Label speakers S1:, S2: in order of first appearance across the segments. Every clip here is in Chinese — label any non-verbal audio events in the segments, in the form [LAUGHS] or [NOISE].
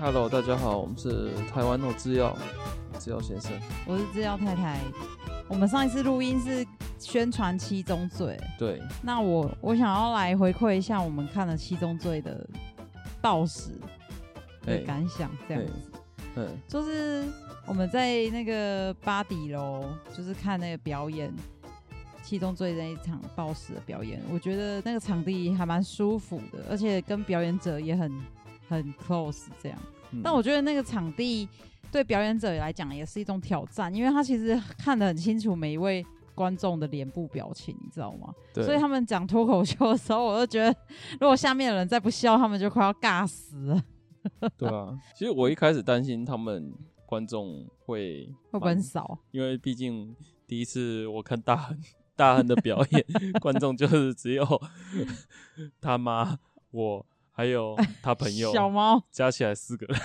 S1: Hello，大家好，我们是台湾诺制药，制药先生。
S2: 我是制药太太。我们上一次录音是宣传《七宗罪》，
S1: 对，
S2: 那我我想要来回馈一下我们看了《七宗罪》的暴食的
S1: 哎
S2: 感想，这样
S1: 哎
S2: 子。
S1: 嗯，
S2: 就是我们在那个巴迪楼，就是看那个表演，七宗罪那一场暴食的表演，我觉得那个场地还蛮舒服的，而且跟表演者也很很 close 这样。
S1: 嗯
S2: 但我觉得那个场地对表演者来讲也是一种挑战，因为他其实看得很清楚每一位观众的脸部表情，你知道吗？
S1: 对
S2: 所以他们讲脱口秀的时候，我就觉得如果下面的人再不笑，他们就快要尬死了，
S1: 对啊，其实我一开始担心他们观众会
S2: 会不会很
S1: 蛮
S2: 少？
S1: 因为毕竟第一次我看大亨大亨的表演，
S2: [LAUGHS]
S1: 观众就是只有 [LAUGHS] 他妈、我还有他朋友，
S2: 小猫。
S1: 加起来四个人。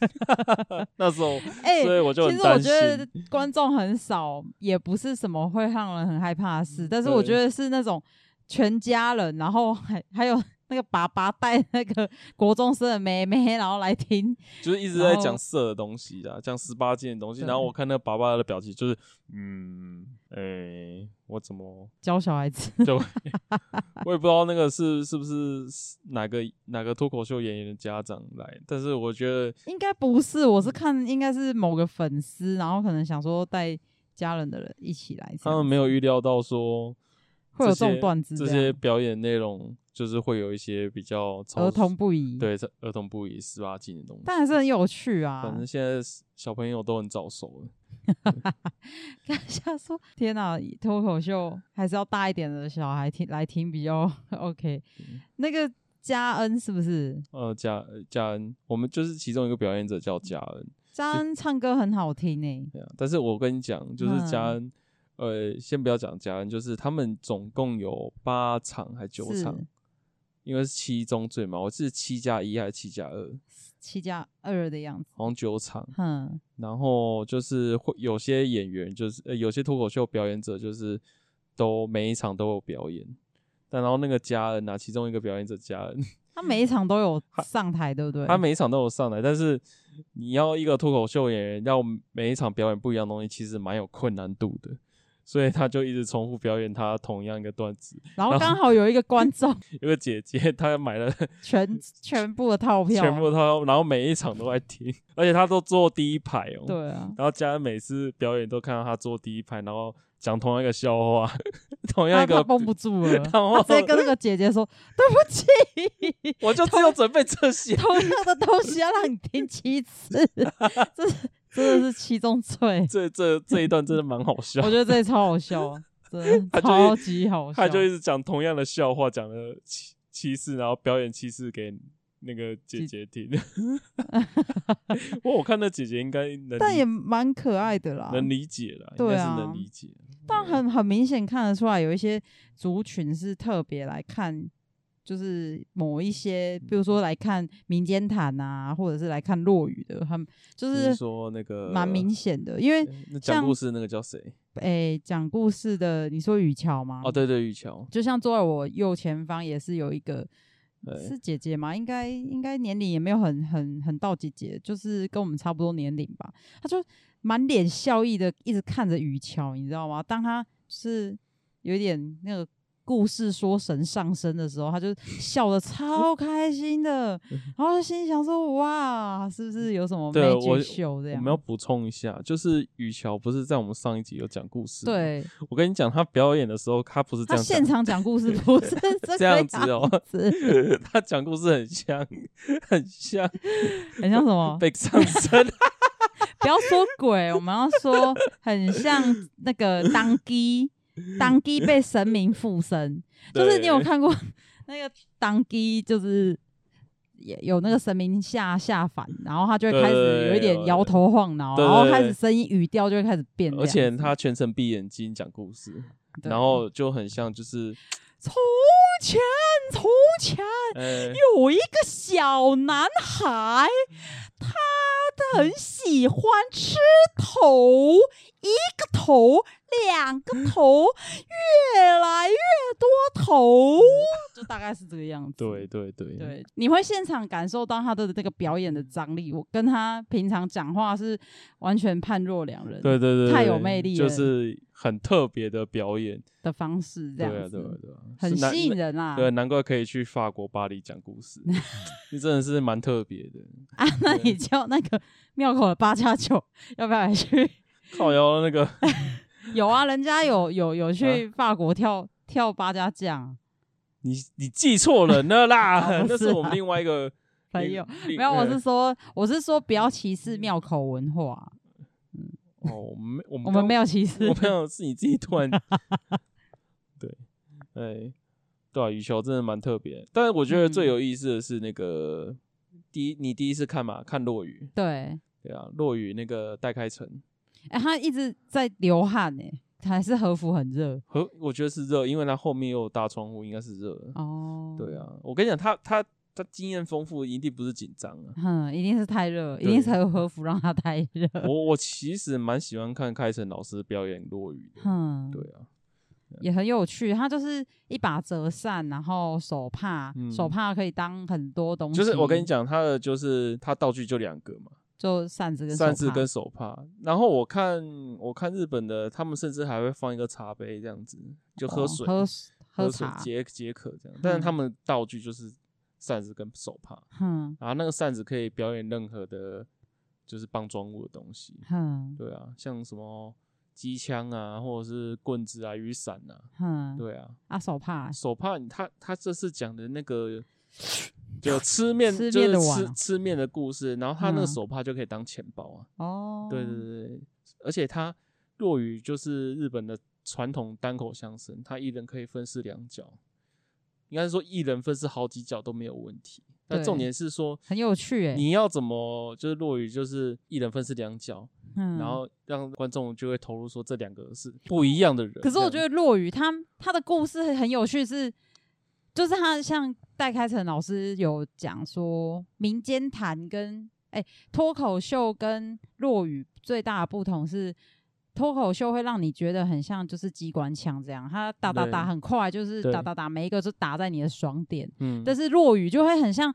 S1: [LAUGHS] 那时候，
S2: 哎、
S1: 所以我就很
S2: 其实我
S1: 担
S2: 觉
S1: 心。
S2: 得观众很少，也不是什么会让人很害怕的事，但是我
S1: 嗯对
S2: 觉得是那种全家人，然后还还有那个爸爸带那个国中生的妹妹，然后来听，
S1: 就是一直在
S2: 然
S1: 讲
S2: 后
S1: 色的东西啦，讲十八禁的东西。
S2: 对
S1: 然后我看那个爸爸的表情，就是嗯，诶、我怎
S2: [LAUGHS]
S1: 么
S2: 教小孩子。
S1: 就我也不知道那个是是不是哪个哪个脱口秀演员的家长来，但是我觉得
S2: 应该不是，我是看应该是某个粉丝，然后可能想说带家人的人一起来这样子，
S1: 他们没有预料到说
S2: 会有
S1: 这
S2: 这
S1: 些
S2: 种段子
S1: 这
S2: 样
S1: 些表演内容就是会有一些比较超
S2: 儿童不宜，，
S1: 对这儿童不宜十八禁的东西。
S2: 但还是很有趣
S1: 反
S2: 啊
S1: 正。现在小朋友都很早熟了，
S2: [LAUGHS] 看一下说，天哪、脱口秀还是要大一点的小孩听来听比较 [LAUGHS] OK。那
S1: 嗯
S2: 个嘉恩是不是？
S1: 呃，嘉呃嘉恩，我们就是其中一个表演者叫嘉恩，
S2: 嘉恩唱歌很好听欸诶、
S1: 对啊，但是我跟你讲，就是嘉
S2: 嗯
S1: 恩，呃，先不要讲嘉恩，就是他们总共有八场还九
S2: 是
S1: 场，因为是七中最嘛，我是七加一还是七加二，
S2: 七加二的样子。
S1: 好像九场。
S2: 哼，
S1: 然后就是会有些演员，就是、呃、有些脱口秀表演者，就是都每一场都有表演。但然后那个嘉恩啊，其中一个表演者嘉恩，
S2: 他每一场都有上台，对不对？
S1: 嗯他每一场都有上来，但是你要一个脱口秀演员要每一场表演不一样的东西，其实蛮有困难度的。所以他就一直重复表演他同样一个段子。
S2: 然后
S1: 然后
S2: 刚好有一个观众 [LAUGHS]
S1: 有个姐姐， [LAUGHS] 她买了
S2: 全全部的套票，
S1: 全部她，然后每一场都在听，而且她都坐第一排哦。。
S2: 对啊。
S1: 然后家人每次表演都看到她坐第一排，然后讲同样一个笑话， [LAUGHS] 同样
S2: 他
S1: 一个
S2: 他，绷不住了，
S1: [LAUGHS] 然后
S2: 他直接跟那个姐姐说：“ [LAUGHS] 对不起，
S1: 我就只有准备这些。 [LAUGHS]
S2: 同样的东西要让你听七次，这是真的是七宗罪。
S1: 这这这一段真的蛮好笑
S2: [LAUGHS] 我觉，得这也超好笑，啊真
S1: 他
S2: 的
S1: 就
S2: 超级好笑
S1: 他。就一直讲同样的笑话，讲了七七次，然后表演七次给那个姐
S2: [LAUGHS]
S1: 姐听。 [LAUGHS] 我我看那姐姐应该能
S2: 但
S1: 理
S2: 也蛮可爱的啦，
S1: 能理解啦，应
S2: 对
S1: 该是
S2: 啊
S1: 能理解。
S2: 但很很明显看得出来，有一些族群是特别来看，就是某一些，比如说来看民间谈啊，或者是来看落雨的，他们就
S1: 你
S2: 是
S1: 是说那个呃
S2: 蛮明显的。因为
S1: 那讲
S2: 像
S1: 故事那个叫谁？
S2: 诶，讲、故事的，你说雨乔吗？
S1: 哦，对对，雨乔，
S2: 就像坐在我右前方也是有一个
S1: 对
S2: 是姐姐嘛，应该应该年龄也没有很很很到姐姐，就是跟我们差不多年龄吧。她就满脸笑意的一直看着雨乔，你知道吗？当她就是有一点那个故事说神上身的时候，她就笑的超开
S1: [LAUGHS]
S2: 心的，然后就心想说：哇，是不是有什么
S1: 对
S2: magic
S1: 我
S2: show
S1: 我
S2: 这样
S1: 们？要补充一下，就是雨乔不是在我们上一集有讲故事？，
S2: 对
S1: 我跟你讲，他表演的时候他不是这
S2: 她
S1: 样
S2: 现
S1: 讲，
S2: 场讲故事不
S1: [LAUGHS]
S2: 是这
S1: 这
S2: 个
S1: 样
S2: 样
S1: 子哦
S2: 子
S1: [LAUGHS] 他讲故事很像，很像
S2: 很像什么？
S1: 被上身。
S2: 不要说鬼，我们要说很像那个当机，当机被神明附身，就是你有
S1: 对
S2: 看过 [LAUGHS] 那个当机，就是也有那个神明下下凡，然后他就会开
S1: 对对
S2: 始
S1: 对哦
S2: 有一点摇头晃脑，
S1: 对对
S2: 然
S1: 对
S2: 后开始声音语调就会开始变这样
S1: 而
S2: 子，
S1: 且他全程闭眼睛讲故事，
S2: 对
S1: 然后就很像就是，
S2: 从前从前
S1: 呃，
S2: 有一个小男孩，他很喜欢吃头，一个头，两个头，越来越多头。就大概是这个样子。
S1: [LAUGHS] 对对对，
S2: 对，你会现场感受到他的这个表演的张力。我跟他平常讲话是完全判若两人
S1: 对对对，
S2: 太
S1: 对
S2: 有魅力
S1: 就
S2: 了
S1: 是很特别的表演，
S2: 的方式，这
S1: 对啊
S2: 样
S1: 对啊
S2: 子
S1: 对啊，
S2: 很
S1: 是难
S2: 吸引。人啊。
S1: 对，难怪可以去法国巴黎讲故
S2: [LAUGHS]
S1: 事，你真的是蛮特别的。
S2: 啊， [LAUGHS] 那你叫那个庙口的八加九要不要来去？
S1: 靠腰那个
S2: [LAUGHS] 有啊，人家有有有去
S1: 啊
S2: 法国跳、跳八家将，啊
S1: 你你记错人了啦
S2: 哦，不
S1: 那
S2: 是
S1: 是我们
S2: 啊
S1: 另外一个
S2: 朋
S1: 另
S2: 友
S1: 另
S2: 没有，我
S1: 呃
S2: 是说我是说不要歧视庙口文化，
S1: 哦，我们没我们
S2: 我们
S1: 刚
S2: 没有歧视
S1: 嗯 [LAUGHS] 我。朋友是你自己突
S2: [LAUGHS]
S1: 然，对，哎，对啊，羽球真的蛮特别的，但是我觉得最
S2: 嗯
S1: 有意思的是那个、第一，你第一次看嘛，看落雨，
S2: [LAUGHS] 对，
S1: 对啊，落雨那个戴开成
S2: 哎、他一直在流汗哎、还是和服很热
S1: 和我觉得是热，因为他后面又有大窗户，应该是热的。
S2: 哦。。
S1: 对，啊，我跟你讲，他他他经验丰富，一定不是紧张啊
S2: [LAUGHS] 哼，一定是太热，一定是和和服让他太热。
S1: 我我其实蛮喜欢看开成老师表演落雨的，
S2: 哼，
S1: 对啊，
S2: 也很有趣。它就是一把折扇，然后手帕，
S1: 嗯
S2: 手帕可以当很多东西。
S1: 就是我跟你，讲，他的就是他道具就两个嘛，
S2: 就扇子跟手
S1: 扇子
S2: 帕哦
S1: 跟手帕。然后我看我看日本的，他们甚至还会放一个茶杯这样子，就喝
S2: 哦
S1: 水、
S2: 喝
S1: 喝水
S2: 茶。嗯
S1: 解解渴这样。但是他们道具就是扇子跟手帕，
S2: 哼
S1: 然后那个扇子可以表演任何的，就是棒状物的东西。
S2: 哼
S1: 对啊，像什么机枪啊，或者是棍子啊、雨伞啊，
S2: 哼，
S1: 对啊。
S2: 啊手帕欸，
S1: 手帕，他他这次讲的那个就吃面，
S2: 吃
S1: 就
S2: 面
S1: 是
S2: 的
S1: 吃
S2: 碗哦
S1: 吃面的故事，然后他那个
S2: 嗯
S1: 手帕就可以当钱包啊。
S2: 哦，
S1: 对对对对，而且他落语就是日本的传统单口相声，他一人可以分饰两角，应该是说一人分饰好几角都没有问题。但重
S2: 对
S1: 点是说
S2: 很有趣哎、
S1: 你要怎么就是落语就是一人分饰两角，
S2: 嗯，
S1: 然后让观众就会投入说这两个是不一样的人。
S2: 可是我
S1: 这
S2: 觉
S1: 样
S2: 得落雨他他的故事很有趣是，就是他像戴开成老师有讲说，民间谈跟哎脱口秀跟落雨最大的不同是。脱口秀会让你觉得很像就是机关枪这样，它打打打
S1: 对
S2: 很快，就是
S1: 对
S2: 打打打，每一个都打在你的爽点。
S1: 嗯，
S2: 但是落雨就会很像，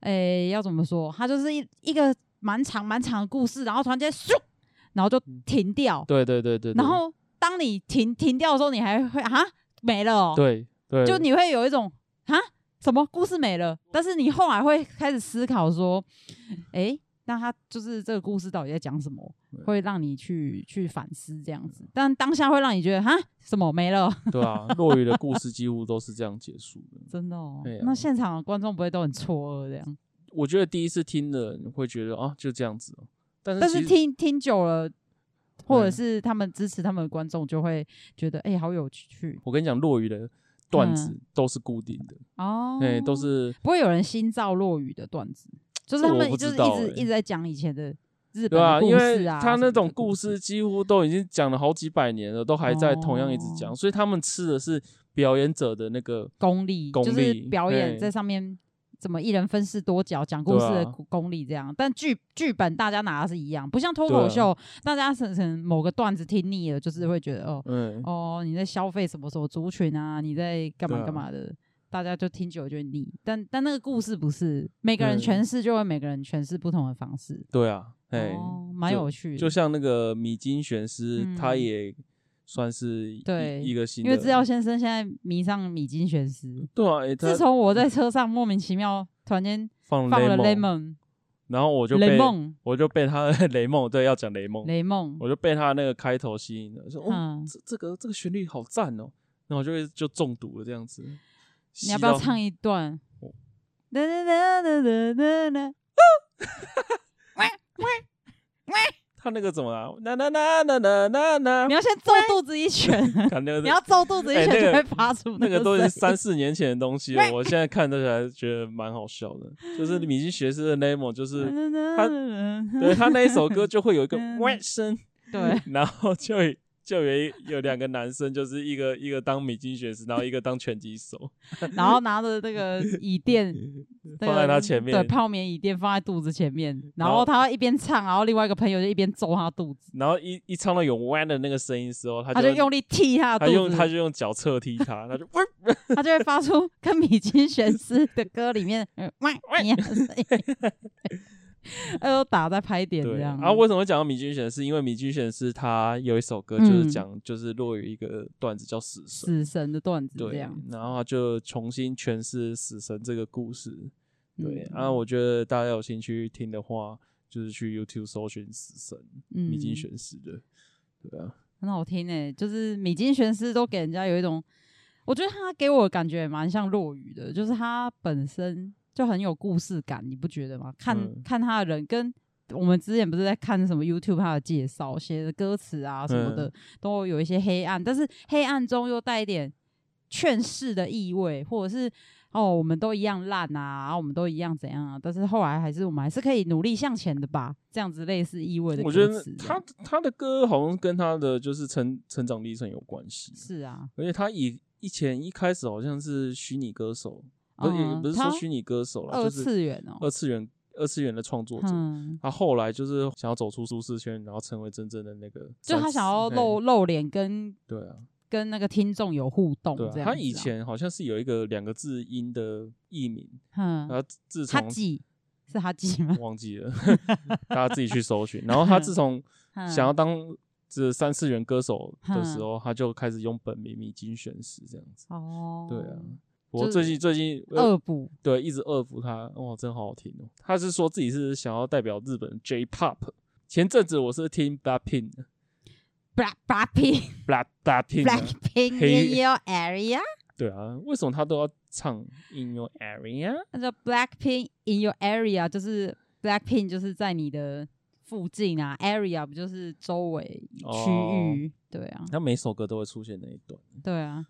S2: 诶、要怎么说？它就是一一个蛮长蛮长的故事，然后突然间咻，然后就停掉，
S1: 对对嗯对对，对
S2: 然后当你停停掉的时候，你还会啊没了哦，
S1: 对对，
S2: 就你会有一种啊什么故事没了，但是你后来会开始思考说，诶，那他就是这个故事到底在讲什么
S1: 对，
S2: 会让你去去反思这样子，但当下会让你觉得啊什么没了，
S1: 对啊，落雨的故事几乎都是这样结束的。
S2: [LAUGHS]
S1: [LAUGHS]
S2: 真的哦
S1: 对啊，
S2: 那现场的观众不会都很错愕这样，
S1: 我觉得第一次听的人会觉得啊，就这样子哦、但是
S2: 但
S1: 其
S2: 是
S1: 实
S2: 听听久了。或
S1: 对
S2: 者是他们支持他们的观众就会觉得，诶，好有趣
S1: 我跟你讲，落雨的段子
S2: 嗯
S1: 都是固定的，
S2: 哦，
S1: 对，都是
S2: 不会有人新造落雨的段子，就是
S1: 这
S2: 他
S1: 我
S2: 们
S1: 不
S2: 就
S1: 知
S2: 是一直、
S1: 道欸
S2: 一直在讲以前的日本
S1: 对啊，
S2: 的
S1: 因
S2: 故
S1: 为
S2: 事啊，
S1: 他
S2: 什
S1: 那
S2: 么
S1: 种
S2: 的
S1: 故事几乎都已经讲了好几百年了，都还在同样一直讲，
S2: 哦
S1: 所以他们吃的是表演者的那个
S2: 功力，
S1: 功
S2: 就是
S1: 力
S2: 表
S1: 嘿
S2: 演在上面怎么一人分饰多角讲故事
S1: 对
S2: 的
S1: 啊
S2: 功力这样，但剧剧本大家拿的是一样，不像脱
S1: 对啊
S2: 口秀，大家可能某个段子听腻了，就是会觉得哦
S1: 嗯，
S2: 哦你在消费什么什么族群啊，你在干
S1: 对
S2: 嘛
S1: 啊
S2: 干嘛的。大家就听久了就会腻，但但那个故事不是每个人
S1: 对
S2: 诠释就会每个人诠释不同的方式，
S1: 对啊，哎、
S2: 哦，蛮有趣的。
S1: 就像那个米津玄师，他
S2: 嗯
S1: 也算是一
S2: 对
S1: 一个新
S2: 因
S1: 的，
S2: 为资料先生现在迷上米津玄师。
S1: 对啊，哎他
S2: 自从我在车上莫名其妙突然间
S1: 放
S2: 放了
S1: Lemon，
S2: Lemon
S1: 然后我就被
S2: 雷梦
S1: 我就被他 [LAUGHS] 的雷梦，对，要讲雷梦，
S2: 雷梦，
S1: 哦我就被他那个开头吸引了，说哦，
S2: 嗯，
S1: 这这个这个旋律好赞哦，然后我就会就中毒了这样子。
S2: 你要不要
S1: 吸到
S2: 唱一段
S1: 我？
S2: 哒哒哒哒哒哒哒，
S1: 他那个怎么啊？啦啦啦啦啦啦啦
S2: 你，要先揍肚子
S1: [LAUGHS]
S2: 一拳，
S1: 看那个
S2: 你要揍肚子一
S1: 啊哎
S2: 拳
S1: 那个
S2: 就会发出
S1: 那个都是
S2: 声
S1: 三
S2: 音
S1: 四年前的东西了，我现在看这还觉得蛮好笑的。就是米津学士的 Nemo，就是
S2: 哒哒
S1: 他
S2: 哒哒
S1: 对他那一首歌就会有一个
S2: 嗯嗯
S1: 喂声，
S2: 对，
S1: 然后就就有一有两个男生，就是一个一个当米津玄师，然后一个当拳击手，
S2: 然后拿着那个椅
S1: [LAUGHS]
S2: 垫那
S1: 放在
S2: 个
S1: 他前
S2: 对，
S1: 面，
S2: 泡棉椅垫放在肚子前面，然
S1: 然后
S2: 后他一边唱，然后另外一个朋友就一边揍他肚子，
S1: 然后一一唱到有弯的那个声音的时候，他
S2: 他就用力踢他
S1: 他
S2: 的肚
S1: 用
S2: 子，
S1: 他就用脚侧踢他，他就 [LAUGHS]
S2: 他就会发出跟米津玄师的歌里面
S1: [LAUGHS]
S2: 嗯哇一样的声音，他都打在拍点这
S1: 对
S2: 样。
S1: 啊，为什么会讲到米津玄师？因为米津玄师他有一首歌就是讲就是落于一个段子叫《死神》，
S2: 嗯死神的段子这
S1: 对
S2: 样，，
S1: 然后他就重新诠释死神这个故事。对、
S2: 嗯
S1: 啊，我觉得大家有兴趣听的话，就是去 YouTube 搜寻《死神》米津
S2: 嗯
S1: 玄师的，对啊，
S2: 很好听诶、就是米津玄师都给人家有一种，我觉得他给我的感觉也蛮像落雨的，就是他本身就很有故事感，你不觉得吗？看、
S1: 嗯
S2: 看他的人跟。我们之前不是在看什么 YouTube 他的介绍，写的歌词啊什么的、
S1: 嗯
S2: 都有一些黑暗，但是黑暗中又带一点劝世的意味，或者是哦我们都一样烂啊，然后我们都一样怎样啊，但是后来还是我们还是可以努力向前的吧，这样子类似意味的歌
S1: 我
S2: 词这
S1: 觉
S2: 样。
S1: 得他他的歌好像跟他的就是成成长历程有关系，
S2: 是啊，
S1: 而且他以以前一开始好像是虚拟歌手，不是、也
S2: 嗯
S1: 不是说
S2: 他
S1: 虚拟歌手了，
S2: 二
S1: 就是
S2: 次元哦，
S1: 二次元二次元的创作者。
S2: 嗯，
S1: 他后来就是想要走出舒适圈，然后成为真正的那个三
S2: 就
S1: 十，
S2: 他想要
S1: 嘿
S2: 露露脸跟
S1: 对啊，
S2: 跟那个听众有互动这
S1: 对
S2: 样子
S1: 啊。
S2: 啊。
S1: 他以前好像是有一个两个字音的艺名，然
S2: 嗯，
S1: 后自自
S2: 他
S1: 呃从
S2: 记是他记吗？
S1: 忘记了， [LAUGHS] 大家自己去搜寻。然后他自从
S2: [LAUGHS] 嗯
S1: 想要当这三次元歌手的时
S2: 嗯
S1: 候，他就开始用本名米津玄师这样子。
S2: 哦，
S1: 对啊，
S2: 就
S1: 我
S2: 是
S1: 最近最近呃
S2: 恶补
S1: 对，一直恶服他，哇，真好好听哦。他是说自己是想要代表日本 J-pop。前阵子我是听 Blackpink 的
S2: black [LAUGHS] black pink
S1: ，Black Blackpink，啊
S2: black pink in
S1: 黑
S2: your area， [LAUGHS]
S1: 对啊，为什么他都要唱 In Your Area？
S2: 那叫 black pink in your area，就是 black pink 就是在你的附近啊，area 不就是周围区
S1: 哦
S2: 域？对啊，
S1: 他每首歌都会出现那一段。嗯
S2: 对啊。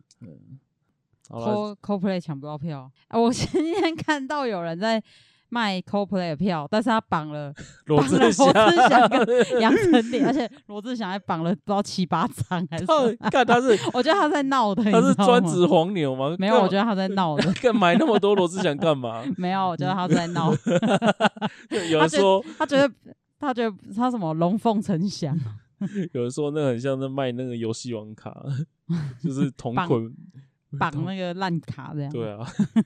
S1: 好了，
S2: Co CoPlay 抢不到票、啊！我今天看到有人在卖 CoPlay 的票，但是他绑了
S1: 罗
S2: 绑
S1: 志
S2: 了罗
S1: 祥，
S2: 志
S1: [LAUGHS]
S2: 祥跟杨丞琳，而且罗志祥还绑了不知道七八张还是什么，
S1: 他看他
S2: [LAUGHS]
S1: 是
S2: 我觉得他在闹的，
S1: 他
S2: 你
S1: 是
S2: 知道
S1: 专
S2: 吗
S1: 职黄牛吗？
S2: 没有，我觉
S1: 得，
S2: 得他在闹的
S1: 干买那么多罗志祥干
S2: [LAUGHS]
S1: 嘛？
S2: 没有，我觉得他在闹，
S1: 有人
S2: 觉得
S1: 说，
S2: 他觉得他觉得他什么龙凤呈祥，
S1: 有人说那很像在卖那个游戏王卡， [LAUGHS] 就是同
S2: 绑
S1: 捆
S2: 绑那个烂卡这样，
S1: 对啊，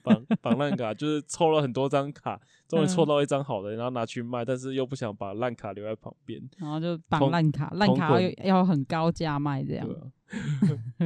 S1: 绑绑烂卡就是抽了很多张卡，终于抽
S2: 嗯
S1: 到一张好的，然后拿去卖，但是又不想把烂卡留在旁边，
S2: 然后就绑
S1: 同
S2: 烂卡，烂
S1: 同
S2: 卡要
S1: 捆
S2: 要很高价卖这
S1: 对
S2: 样，
S1: 啊。 [LAUGHS]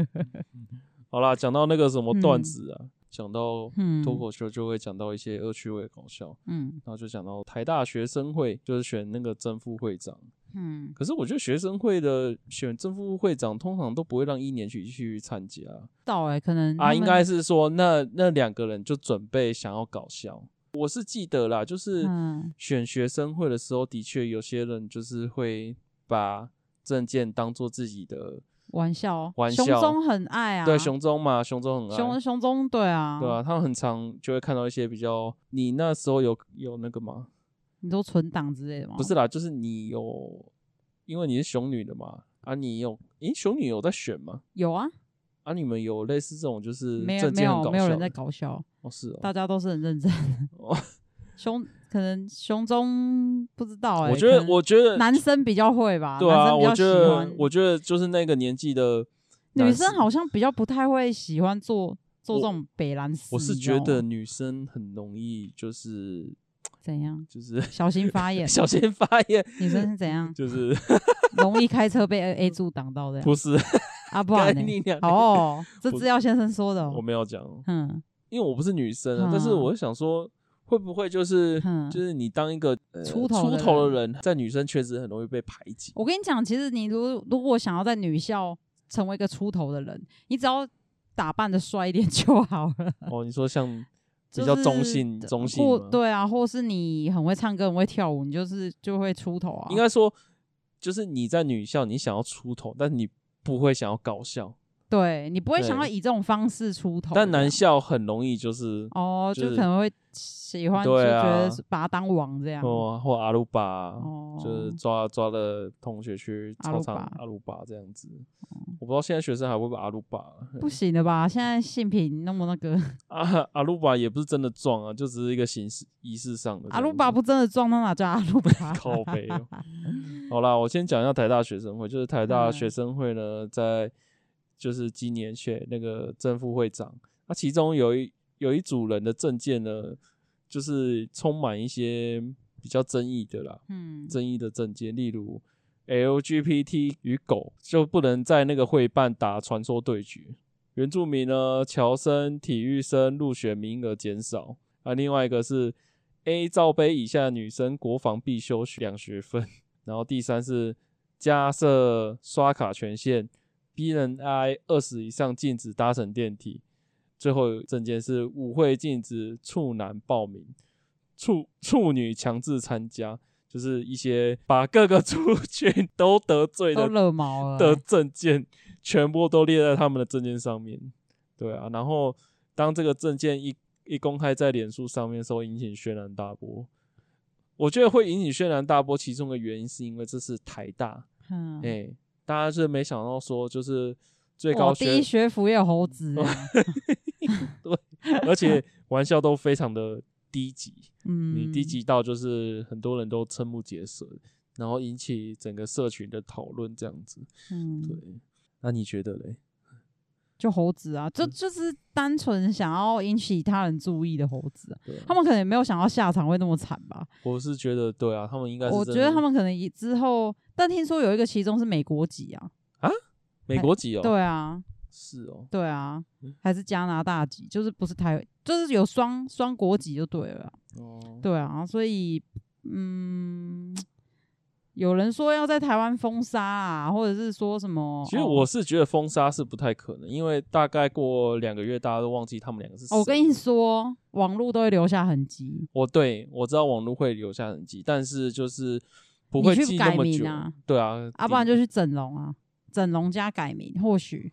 S1: 好啦，讲到那个什么段
S2: 嗯
S1: 子啊，讲到
S2: 嗯
S1: 脱口秀就会讲到一些恶趣味搞笑，
S2: 嗯
S1: 然后就讲到台大学生会就是选那个正副会长，
S2: 嗯，
S1: 可是我觉得学生会的选正副会长通常都不会让一年级去参加
S2: 到哎、可能
S1: 啊，
S2: 他
S1: 应
S2: 们
S1: 该是说那那两个人就准备想要搞笑。我是记得啦，就是
S2: 嗯
S1: 选学生会的时候，的确有些人就是会把证件当做自己的，
S2: 玩笑，
S1: 玩
S2: 熊
S1: 笑
S2: 中很爱啊，
S1: 对熊中嘛，熊中很爱，
S2: 熊熊中对啊，
S1: 对啊，他们很常就会看到一些比较，你那时候有有那个吗？
S2: 你都存档之类的吗？
S1: 不是啦，就是你有，因为你是熊女的嘛，啊，你有，诶，熊女有在选吗？
S2: 有啊，
S1: 啊，你们有类似这种就是
S2: 没有
S1: 证
S2: 没
S1: 件很
S2: 有
S1: 搞
S2: 没有
S1: 笑
S2: 人在
S1: 的？
S2: 搞笑，
S1: 哦，是哦，
S2: 大家都是很认真。
S1: 哦
S2: 熊可能熊中不知道哎、
S1: 我觉
S2: 可
S1: 得，
S2: 能
S1: 我觉得，
S2: 男生比较会吧，
S1: 对啊，
S2: 男生比
S1: 我
S2: 较
S1: 觉
S2: 喜
S1: 得
S2: 欢，，
S1: 我觉得就是那个年纪的
S2: 女
S1: 男
S2: 生
S1: 生
S2: 好像比较不太会喜欢做做这
S1: 我
S2: 种北蓝事。
S1: 我是
S2: 你知道
S1: 觉
S2: 吗
S1: 得女生很容易就是
S2: 怎样，
S1: 就是
S2: 小心发
S1: [LAUGHS]
S2: 言，
S1: 小心发言，，
S2: 女生是怎样
S1: 就是
S2: 容易开车被 A A
S1: [LAUGHS]
S2: 柱挡到的
S1: 不是
S2: 啊，不然
S1: 干
S2: 呢？
S1: 你娘！
S2: 哦，这
S1: 不
S2: 资料先生说的、
S1: 我
S2: 哦，
S1: 没有讲，
S2: 嗯，
S1: 因为我不是女生啊，但是我想说。会不会就是
S2: 嗯
S1: 就是你当一个、呃
S2: 出头
S1: 出
S2: 的
S1: 头的人，在女生圈子很容易被排
S2: [LAUGHS]
S1: 挤？
S2: 我跟你讲，其实你如如果想要在女校成为一个出头的人，你只要打扮的帅一点 [LAUGHS] 就好了。
S1: 哦，你说像
S2: 就
S1: 比较中
S2: 是
S1: 性、中性
S2: 或
S1: 吗，
S2: 对啊，或是你很会唱歌、很会跳舞，你就是就会出头啊。
S1: 应该说就是你在女校，你想要出头，但你不会想要搞笑，
S2: 对你不会想要
S1: 对
S2: 以这种方式出头这
S1: 但
S2: 样，
S1: 男校很容易就是
S2: 哦，
S1: 就
S2: 就是可能会喜欢，就
S1: 对
S2: 觉得
S1: 啊
S2: 是把他当王这样。
S1: 哦，或阿鲁巴啊，
S2: 哦，
S1: 就是抓抓了同学去
S2: 阿
S1: 操
S2: 鲁
S1: 场
S2: 巴哦
S1: 阿鲁巴这样子。我不知道现在学生还会不会阿鲁巴啊 [LAUGHS]
S2: 不行的吧？现在性平那么那个，
S1: 啊，阿鲁巴也不是真的撞啊，就只是一个形式仪式上的这样子。
S2: 阿鲁巴不真啊的撞到哪叫阿鲁
S1: [LAUGHS]
S2: 巴？
S1: 靠背哦好啦，我先讲一下台大学生会，就是台大
S2: 嗯
S1: 学生会呢，在就是今年选那个正副会长，那、其中有一有一组人的证件呢，就是充满一些比较争议的啦，
S2: 嗯，
S1: 争议的证件，例如 LGBT 与狗就不能在那个会办打传说对决。原住民呢，侨生、体育生入学名额减少啊。另外一个是 A 罩杯以下女生国防必修两学分，然后第三是加设刷卡权限，B 人 I 二十以上禁止搭乘电梯。最后证件是舞会禁止处男报名，处处女强制参加，就是一些把各个 [LAUGHS] 族群都得罪
S2: 都
S1: 的
S2: 惹毛了欸、
S1: 的证件全部都列在他们的证件上面。对啊，然后当这个证件一一公开在脸书上面的时候，引起轩然大波。我觉得会引起轩然大波，其中的原因是因为这是台大，
S2: 嗯，
S1: 哎、大家是没想到说就是最
S2: 我
S1: 高
S2: 第
S1: 学
S2: 一，学府也有猴子
S1: [LAUGHS]
S2: 欸、
S1: 而且玩笑都非常的低级，
S2: 嗯，
S1: 你低级到就是很多人都瞠目结舌，然后引起整个社群的讨论这样子。
S2: 嗯，
S1: 对，那你觉得嘞？
S2: 就猴子啊，
S1: 嗯
S2: 就就是单纯想要引起他人注意的猴子啊、
S1: 对啊
S2: 他们可能也没有想到下场会那么惨吧？
S1: 我是觉得对啊，他们应该是
S2: 我
S1: 真
S2: 觉得
S1: 的
S2: 他们可能也之后，但听说有一个其中是美国籍啊，
S1: 美国籍哦，，
S2: 对啊，
S1: 是哦，
S2: 对啊
S1: 嗯，
S2: 还是加拿大籍，就是不是台，就是有双双国籍就对了啊，
S1: 哦，
S2: 对啊，所以嗯，有人说要在台湾封杀啊，或者是说什么？
S1: 其实
S2: 哦
S1: 我是觉得封杀是不太可能，因为大概过两个月，大家都忘记他们两个是谁。
S2: 哦我跟你说，网络都会留下痕迹。
S1: 我对我知道网络会留下痕迹，但是就是不会
S2: 你去
S1: 记那么
S2: 改
S1: 久。
S2: 名啊
S1: 对啊，
S2: 啊，不然
S1: 的
S2: 就去整容啊，整容加改名，或许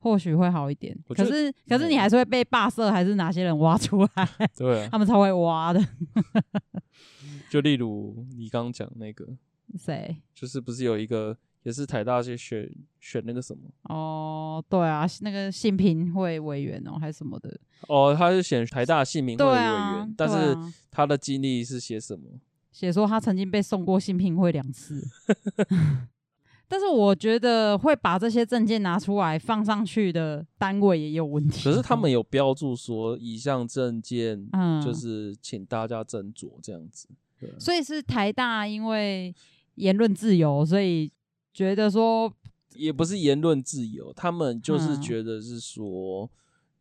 S2: 或许会好一点。
S1: 我
S2: 可
S1: 觉得
S2: 是可是你
S1: 嗯
S2: 还是会被霸社还是哪些人挖出来， [LAUGHS]
S1: 对啊，
S2: 他们超会挖的。
S1: 就例如你刚刚讲那个，
S2: 谁？
S1: 就是不是有一个也是台大去选选那个什么？
S2: 哦，对啊，那个性平会委员哦，还是什么的。
S1: 哦，他是选台大姓名会
S2: 对
S1: 的委员，
S2: 啊，
S1: 但
S2: 对
S1: 是
S2: 啊
S1: 他的经历是写什么？
S2: 写说他曾经被送过性聘会两次。
S1: [LAUGHS]
S2: 但是我觉得会把这些证件拿出来放上去的单位也有问题。
S1: 可是他们有标注说以上证件
S2: 嗯，
S1: 就是请大家斟酌这样子。对啊
S2: 所以是台大因为言论自由，所以觉得说
S1: 也不是言论自由，他们就是
S2: 嗯
S1: 觉得是说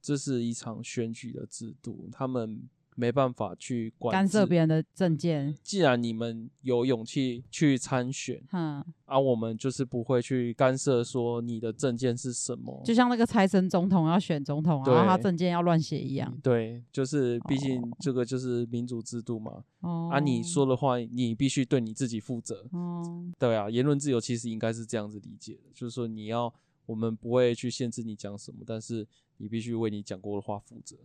S1: 这是一场选举的制度，他们没办法去管
S2: 干涉别
S1: 人。
S2: 人的证件，
S1: 既然你们有勇气去参选，
S2: 嗯，
S1: 啊，我们就是不会去干涉说你的证件是什么。
S2: 就像那个财神总统要选总统，啊然后
S1: 哦对
S2: 他证件要乱写一样。
S1: 对，就是毕竟
S2: 哦
S1: 这个就是民主制度嘛。
S2: 哦，
S1: 啊，你，说的话，你必须对你自己负责。
S2: 哦，
S1: 对啊，言论自由其实应该是这样子理解的，就是说你要，我们不会去限制你讲什么，但是你必须为你讲过的话负责。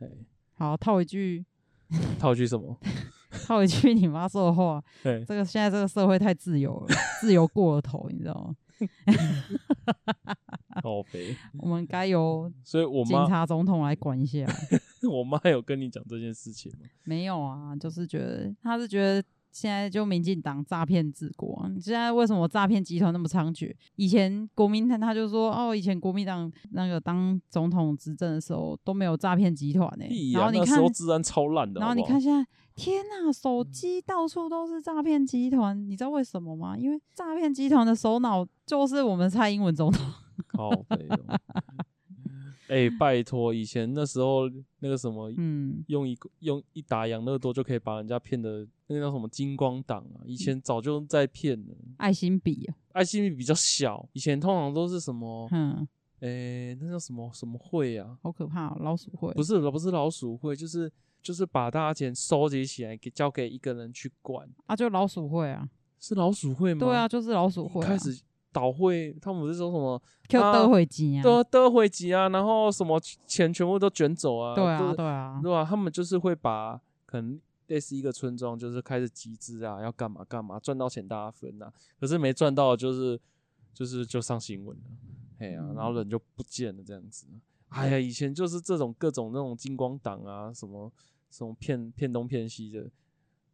S1: 哎，
S2: 好，套一句，
S1: 套一句什么？
S2: 套一句你妈说的话， [LAUGHS]
S1: 对，
S2: 这个现在这个社会太自由了，自由过了头，你知道吗？
S1: 好肥。
S2: 我们该由
S1: 所以嗯我
S2: 警
S1: 妈，
S2: 察总统来管一下。
S1: [LAUGHS] 我妈有跟你讲这件事情吗？
S2: 没有啊，就是觉得他是觉得现在就民进党诈骗治国，你现在为什么诈骗集团那么猖獗？以前国民党他就说哦，以前国民党那个当总统执政的时候都没有诈骗集团呢、
S1: 屁
S2: 然
S1: 呀、
S2: 后你
S1: 那时
S2: 看
S1: 候，治安超烂的，
S2: 然后
S1: 好
S2: 你
S1: 不好嗯
S2: 看现在，天呐，手机到处都是诈骗集团，你知道为什么吗？因为诈骗集团的首脑就是我们蔡英文总统。
S1: 靠北哦。哎、拜托，以前那时候那个什么，
S2: 嗯，
S1: 用一用一打养乐多就可以把人家骗的，那个叫什么金光党啊，以前早就在骗了。
S2: 爱心笔、啊，
S1: 爱心笔比较小，以前通常都是什么，
S2: 嗯，
S1: 诶、那叫什么什么会啊？
S2: 好可怕、哦，老鼠会
S1: 不。是不是老鼠会，就是就是把大家钱收集起来，给交给一个人去管，
S2: 啊，就老鼠会啊，
S1: 是老鼠会吗？
S2: 对啊，，就是老鼠会、啊。
S1: 开始倒会，他们不是说什么
S2: ，Q
S1: 啊
S2: 得回击啊，
S1: 得得回籍啊，然后什么钱全部都卷走啊，
S2: 对
S1: 都
S2: 啊，
S1: 是
S2: 对啊，
S1: 对啊，他们就是会把可能类似一个村庄，就是开始集资啊，要干嘛干嘛，赚到钱大家分呐、可是没赚到就是就是就上新闻了，哎呀、然后
S2: 嗯
S1: 人就不见了这样子。哎呀，以前就是这种各种那种金光党啊，什么什么骗骗东骗西的，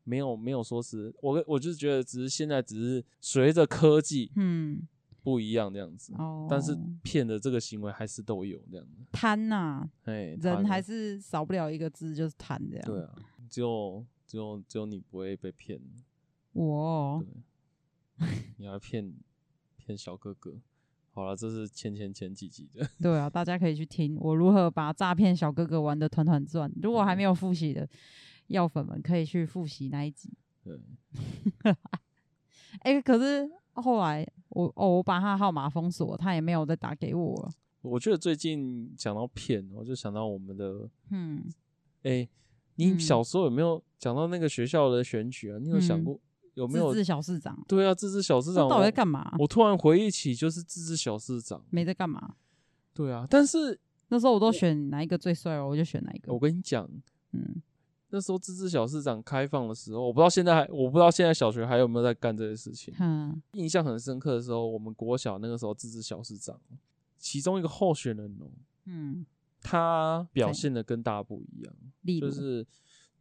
S1: 没有没有说是，我我就是觉得只是现在只是随着科技
S2: 嗯，
S1: 不一样这样子，
S2: 哦，
S1: 但是骗的这个行为还是都有这样子。
S2: 贪呐、
S1: 哎，他
S2: 人还是少不了一个字，就是贪这样。
S1: 对啊，只有只有只有你不会被骗，
S2: 我哦、
S1: 你要骗骗小哥哥。好了，这是前前前几集的， [LAUGHS]
S2: 对啊，大家可以去听我如何把诈骗小哥哥玩的团团转。如果还
S1: 嗯
S2: 没有复习的药粉们，可以去复习那一集。
S1: 对，
S2: [LAUGHS] 哎、可是后来我哦，我把他号码封锁，他也没有再打给我了。
S1: 我觉得最近讲到骗，我就想到我们的，
S2: 嗯，
S1: 哎、你
S2: 嗯
S1: 小时候有没有讲到那个学校的选举啊？你有想
S2: 嗯
S1: 过、有没
S2: 自
S1: 有
S2: 治？小市长，
S1: 对啊，自治小市
S2: 他
S1: 长，
S2: 到底在
S1: 我
S2: 干嘛？
S1: 我突然回忆起就是自治小市长，
S2: 没在干嘛？
S1: 对啊，但是
S2: [LAUGHS] 那时候我都选哪一个最帅了，哦我就选哪一个
S1: 我。跟你讲，
S2: 嗯，
S1: 那时候自治小市长开放的时候，我不知道现在还，我不知道现在小学还有没有在干这些事情。
S2: 哼，
S1: 印象很深刻的时候，我们国小那个时候自治小市长，哦其中一个候选人哦，
S2: 嗯，
S1: 他表
S2: 对
S1: 现的跟大家不一样，
S2: 例如，
S1: 就是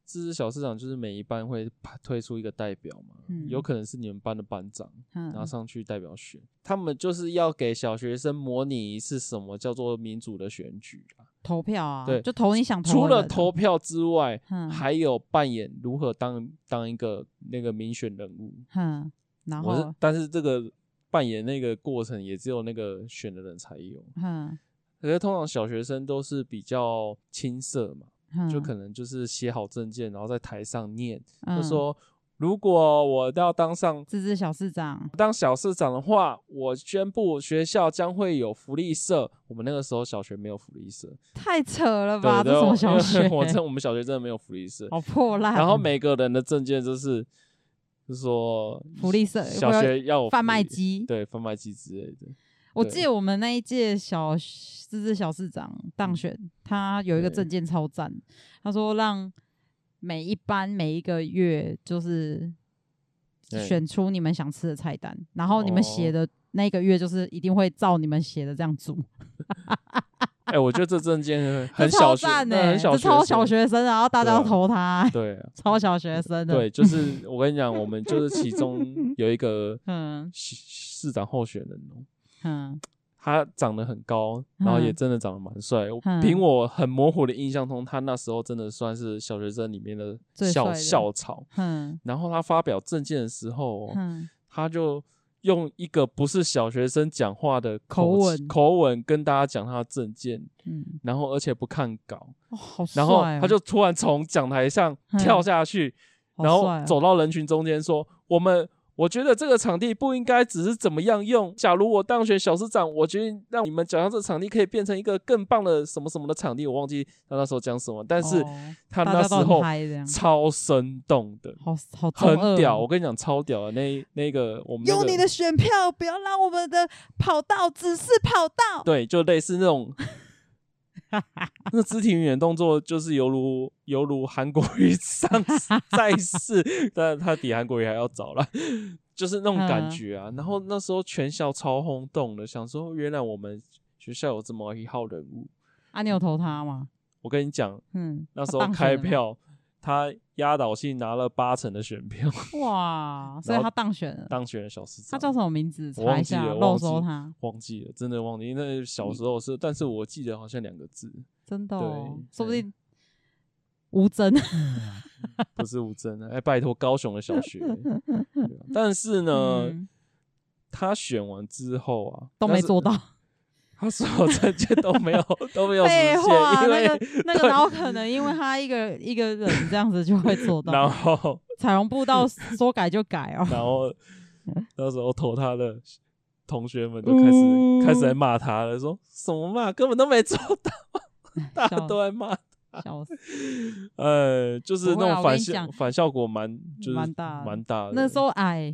S1: 自治小市长就是每一班会派推出一个代表嘛，
S2: 嗯
S1: 有可能是你们班的班长，
S2: 嗯
S1: 然后上去代表选，他们就是要给小学生模拟一次什么叫做民主的选举啊，
S2: 投票啊，
S1: 对
S2: 就投你想投的
S1: 除
S2: 人啊。
S1: 了投票之外，
S2: 哼，
S1: 还有扮演如何当当一个那个民选人物，
S2: 哼，然
S1: 我是
S2: 后，
S1: 但是这个扮演那个过程也只有那个选的人才有。
S2: 哼，
S1: 可是通常小学生都是比较青涩嘛，
S2: 哼
S1: 就可能就是写好证件，然后在台上念，
S2: 嗯
S1: 就说如果我要当上
S2: 自治小市长，
S1: 当小市长的话，我宣布学校将会有福利社。我们那个时候小学没有福利社，
S2: 太扯了
S1: 对
S2: 吧？这什么
S1: [LAUGHS]
S2: 小
S1: 因
S2: 学
S1: 为？我真的我们小学真的没有福利社，
S2: 好破烂。哦
S1: 然后每个人的证件就是就是说
S2: 福利社
S1: 小学要有福
S2: 贩卖
S1: 利
S2: 机，
S1: 对贩卖机之类的。
S2: 我
S1: 对
S2: 记得我们那一届小自治小市长当选，他有一个
S1: 嗯对
S2: 证件超赞，他说让每一班每一个月就是
S1: 对
S2: 选出你们想吃的菜单，然后你
S1: 哦
S2: 们写的那个月就是一定会照你们写的这样煮，
S1: 哎、我觉得这证件
S2: 这
S1: 很小
S2: 超
S1: 学，
S2: 赞
S1: 那
S2: 呢、
S1: 很小
S2: 这
S1: 学
S2: 超
S1: 生，
S2: 小学生，然后大
S1: 对啊
S2: 家都投他、
S1: 对啊
S2: 超小学生的，
S1: 对，就是我跟你讲，我们就是其中有一个
S2: [LAUGHS] 嗯
S1: 市市长候选人哦，
S2: 嗯
S1: 他长得很高，然后也
S2: 嗯
S1: 真的长得蛮帅。我
S2: 嗯
S1: 凭我很模糊的印象中，他那时候真的算是小学生里面的
S2: 最
S1: 校
S2: 帅的
S1: 校草。
S2: 哼
S1: 然后他发表证件的时候、哦，
S2: 哼，
S1: 他就用一个不是小学生讲话的口
S2: 口
S1: 气
S2: 吻
S1: 口吻跟大家讲他的证件，
S2: 嗯，
S1: 然后而且不看稿，
S2: 哦，好帅
S1: 然
S2: 哦、
S1: 后他就突然从讲台上
S2: 嗯
S1: 跳下去，
S2: 好
S1: 然
S2: 帅
S1: 后
S2: 哦
S1: 走到人群中间说：“我们我觉得这个场地不应该只是怎么样用。假如我当选小市长，我决定让你们脚下这场地可以变成一个更棒的什么什么的场地。”我忘记他那时候讲什么，但是
S2: 哦
S1: 他
S2: 大
S1: 那
S2: 家
S1: 时
S2: 都很
S1: 候
S2: 嗨这样
S1: 超生动的，
S2: 好好中二
S1: 很
S2: 哦
S1: 屌。我跟你讲，超屌的那那个我们那
S2: 用
S1: 个
S2: 你的选票，不要让我们的跑道只是跑道。
S1: 对，就类似那
S2: [LAUGHS]
S1: 种。那肢体语言动作就是犹如犹如韩国
S2: [LAUGHS]
S1: 瑜上在世，但他比韩国瑜还要早了，就是那种感
S2: 嗯
S1: 觉啊。然后那时候全校超轰动的，想说原来我们学校有这么一号人物。
S2: 啊，你有投他吗？
S1: 我跟你讲，
S2: 嗯，
S1: 那
S2: 他
S1: 时候
S2: 当选
S1: 开
S2: 了吗，
S1: 票，他压倒性拿了八成的选票， [LAUGHS]
S2: 哇，所
S1: 然
S2: 以
S1: 后
S2: 他当选了。
S1: 当选了小市
S2: 他
S1: 长。
S2: 叫什么名字？
S1: 我
S2: 查
S1: 忘
S2: 一
S1: 记
S2: 下，
S1: 了，
S2: 漏
S1: 忘记
S2: 搜他，
S1: 忘记了，真的忘记，因为那小时候是，但是我记得好像两个字，
S2: 真的、哦
S1: 对，
S2: 说不
S1: 对
S2: 定
S1: [LAUGHS]
S2: 吴真。
S1: 不是吴真啊，哎，拜托高雄的小学。对啊但是呢，
S2: 嗯
S1: 他选完之后啊，
S2: 都
S1: [LAUGHS]
S2: 没做到，
S1: 但是，他所有证件都没有都没有实
S2: 废
S1: 现，
S2: 话，
S1: 因
S2: 那
S1: 为、
S2: 个那个哪有可能？因为他一个一个人这样子就会
S1: [LAUGHS]
S2: 做
S1: 然
S2: 到，
S1: 后
S2: 彩虹步道说 [LAUGHS] 改就改哦。
S1: 然后那时候投他的同学们就开始、
S2: 嗯
S1: 开始来骂他了，说什么骂，根本都没做
S2: [LAUGHS]
S1: 到，大家
S2: 笑
S1: 都在
S2: [LAUGHS]
S1: 骂。
S2: 笑死！
S1: 呃，就是
S2: 不会
S1: 那
S2: 啊
S1: 种
S2: 我跟
S1: 反
S2: 你
S1: 效
S2: 讲
S1: 反效果蛮就是
S2: 蛮大的
S1: 蛮大的。
S2: 那时候哎，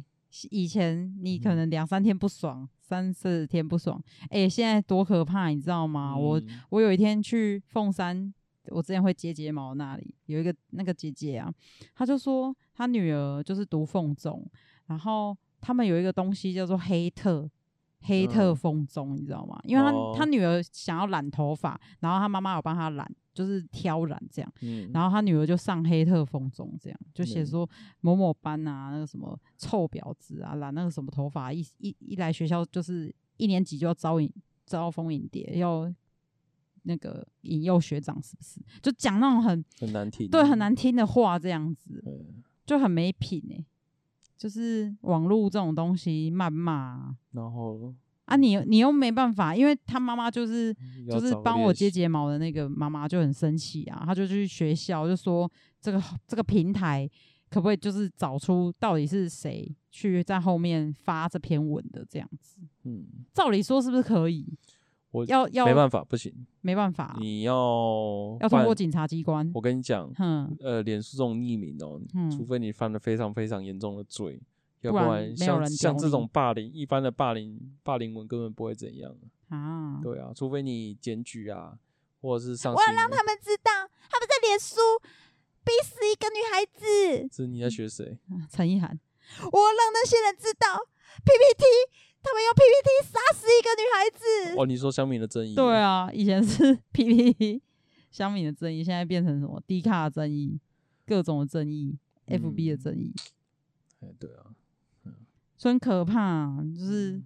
S2: 以前你可
S1: 嗯
S2: 能两三天不爽，三四天不爽，哎、现在多可怕，你知道吗？啊我
S1: 嗯
S2: 我有一天去凤山，我之前会接睫毛那里有一个那个姐姐啊，她就说她女儿就是读凤中，然后他们有一个东西叫做黑特。黑特
S1: 嗯
S2: 风中，你知道吗？因为她
S1: 哦
S2: 她女儿想要染头发，然后她妈妈有帮她染，就是挑染这样。
S1: 嗯
S2: 然后他女儿就上黑特风中，这样就写
S1: 嗯
S2: 说某某班啊，那个什么臭婊子啊，染那个什么头发，一一一来学校就是一年级就要招引招蜂引蝶，要那个引诱学长，是不是？就讲那种很
S1: 很难听，
S2: 对很难听的话，这样子
S1: 嗯。
S2: 就很没品哎、就是网络这种东西谩骂啊，
S1: 然后
S2: 啊你你又没办法，因为他妈妈就是
S1: 嗯要
S2: 就是
S1: 找个
S2: 帮
S1: 练
S2: 我接
S1: 习
S2: 睫毛的那个妈妈就很生气啊，她就去学校就说这个这个平台可不可以就是找出到底是谁去在后面发这篇文的这样子？
S1: 嗯，
S2: 照理说是不是可以？
S1: 我
S2: 要要
S1: 没办法，不行，
S2: 没办法啊，
S1: 你要
S2: 要通过
S1: 犯
S2: 警察机关。
S1: 我跟你讲，
S2: 哼，
S1: 呃，脸书这种匿名哦，
S2: 嗯
S1: 除非你犯了非常非常严重的罪，要
S2: 不
S1: 不
S2: 然
S1: 然
S2: 没有
S1: 像
S2: 人
S1: 像
S2: 屌
S1: 这种
S2: 你
S1: 霸凌，一般的霸凌霸凌文根本不会怎样。
S2: 啊，
S1: 对啊，除非你检举啊，或者是上
S3: 我要
S1: 新
S3: 让
S1: 闻。
S3: 他们知道，他们在脸书逼死一个女孩子。
S1: 是你在学谁？
S2: 啊陈意涵，
S3: 我要让那些人知道，PPT，他们用 PPT 杀死一个女孩子。
S1: 哦，你说香米的正义？
S2: 嗯对，啊，以前是 [LAUGHS] PPT 香米的正义，现在变成什么低卡的正义，各种的正义，FB 的
S1: 嗯
S2: 正义，
S1: 哎，对啊，
S2: 真可怕啊、就是
S1: 嗯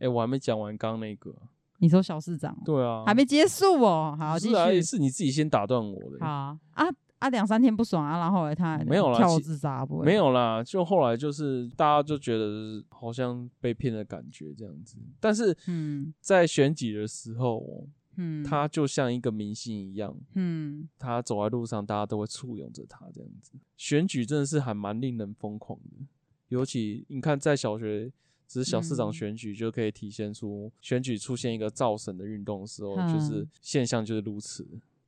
S1: 哎，我还没讲完刚那个。
S2: 你说小市长哦、
S1: 对啊，
S2: 还没结束哦。好，继
S1: 是啊，
S2: 续。
S1: 是你自己先打断我的。
S2: 好啊啊，两三天不爽啊，然后来他还
S1: 没有啦
S2: 跳楼
S1: 其
S2: 自杀不会？
S1: 没有啦，就后来就是大家就觉得好像被骗的感觉这样子，但是
S2: 嗯
S1: 在选举的时候哦，
S2: 嗯，
S1: 他就像一个明星一样，
S2: 嗯
S1: 他走在路上，大家都会簇拥着他这样子。选举真的是还蛮令人疯狂的，尤其你看在小学，只是小市长
S2: 嗯
S1: 选举就可以体现出选举出现一个造神的运动的时候，就是
S2: 嗯
S1: 现象就是如此。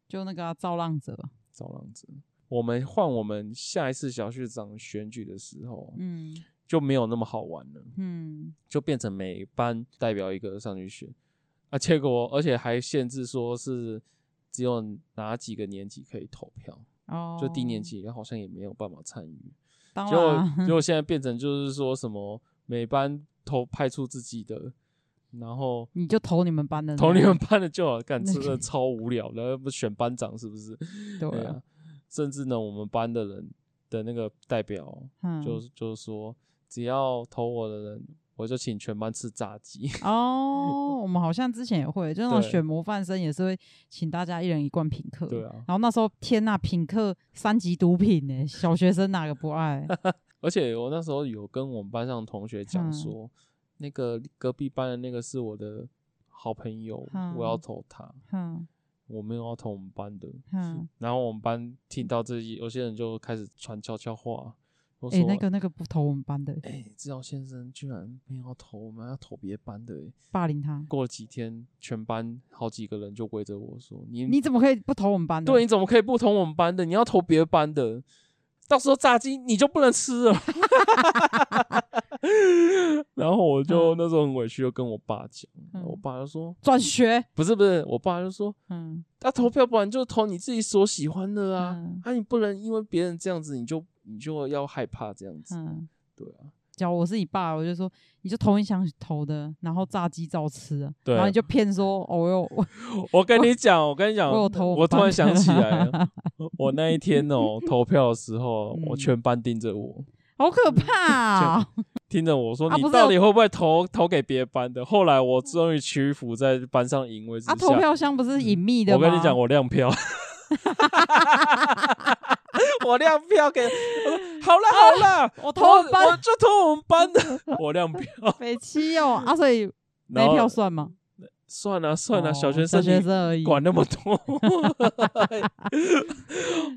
S2: 就那个啊、造浪者，
S1: 造浪者，我们换我们下一次小市长选举的时候，
S2: 嗯
S1: 就没有那么好玩了，
S2: 嗯
S1: 就变成每班代表一个上去选啊，结果而且还限制说是只有哪几个年级可以投票，
S2: 哦，
S1: 就低年，级好像也没有办法参与，
S2: 当
S1: 结
S2: 然
S1: 果
S2: 啊 [LAUGHS]
S1: 结果现在变成就是说什么每班投派出自己的，然后。
S2: 你就投你们班的，
S1: 投你们，班的就好，干
S2: [LAUGHS] 那
S1: 真的
S2: 个
S1: 超无聊的，要不选班长是不是？
S2: 对
S1: 对
S2: 啊
S1: 啊，，甚至呢，我们班的人的那个代表哦
S2: 嗯
S1: 就就说，只要投我的人，我就请全班吃炸鸡。 [LAUGHS]
S2: 哦，我们好像之前也会，就那种
S1: 对
S2: 选模范生也是会请大家一人一罐品客，
S1: 对啊
S2: 然后那时候天呐，品客三级毒品
S1: [LAUGHS]
S2: 呢、小学生哪个不爱？
S1: 而且我那时候有跟我们班上的同学讲
S2: 嗯
S1: 说，那个隔壁班的那个是我的好朋友，我要
S2: 嗯
S1: 投他，
S2: 哼
S1: 我没有要投我们班的。
S2: 哼，
S1: 然后我们班听到这些，有些人就开始传悄悄话，我
S2: 哎、
S1: 说。
S2: 那个那个不投我们班的、
S1: 哎，志尧先生居然没有要投，我们要投别班的欸。
S2: 霸凌他。
S1: 过了几天，全班好几个人就围着我说：“你
S2: 你怎么可以不投我们班的？
S1: 对，你怎么可以不投我们班的？你要投别的班的，到时候炸鸡你就不能吃
S2: [LAUGHS]
S1: 了。然后我就那时候很委屈，就跟我爸讲，我
S2: 嗯
S1: 爸就说
S2: 转学，
S1: 不是不是，我爸就说
S2: 嗯，
S1: 那、投票不然就投你自己所喜欢的啊，
S2: 嗯
S1: 啊你不能因为别人这样子你就你就要害怕这样子，
S2: 嗯，
S1: 对啊，
S2: 假如我是你爸，我就说你就投你想投的，然后炸鸡照吃啊，
S1: 对
S2: 然后你就骗说哦，我有我
S1: 我跟你讲，我跟你讲，
S2: 我有
S1: 我
S2: 投们
S1: 突
S2: 班
S1: 然想起来了，
S2: 的
S1: 我那一天
S2: [LAUGHS]
S1: 哦投票的时候，我
S2: 嗯
S1: 全班盯着我。
S2: 好可
S1: [LAUGHS]
S2: 怕、哦！
S1: 听着我说，
S2: 啊
S1: 你
S2: 不是
S1: 到
S2: 有
S1: 底会不会投投给别班的？后来我终于屈服在班上淫威之下。
S2: 啊，投票箱不是隐秘的吗？
S1: 我跟你讲，我亮
S2: [LAUGHS]
S1: 票，我亮票给，我说好了好了，
S2: 我投我们班
S1: 我就投我们班
S2: [LAUGHS]
S1: 的，我亮票。
S2: 北七哦，啊，所以那
S1: 然
S2: 一
S1: 后
S2: 票算吗？
S1: 算了算了，
S2: 哦
S1: 小学
S2: 学
S1: 生你
S2: 生而已，
S1: 管那么
S2: [LAUGHS]
S1: 多。 [LAUGHS]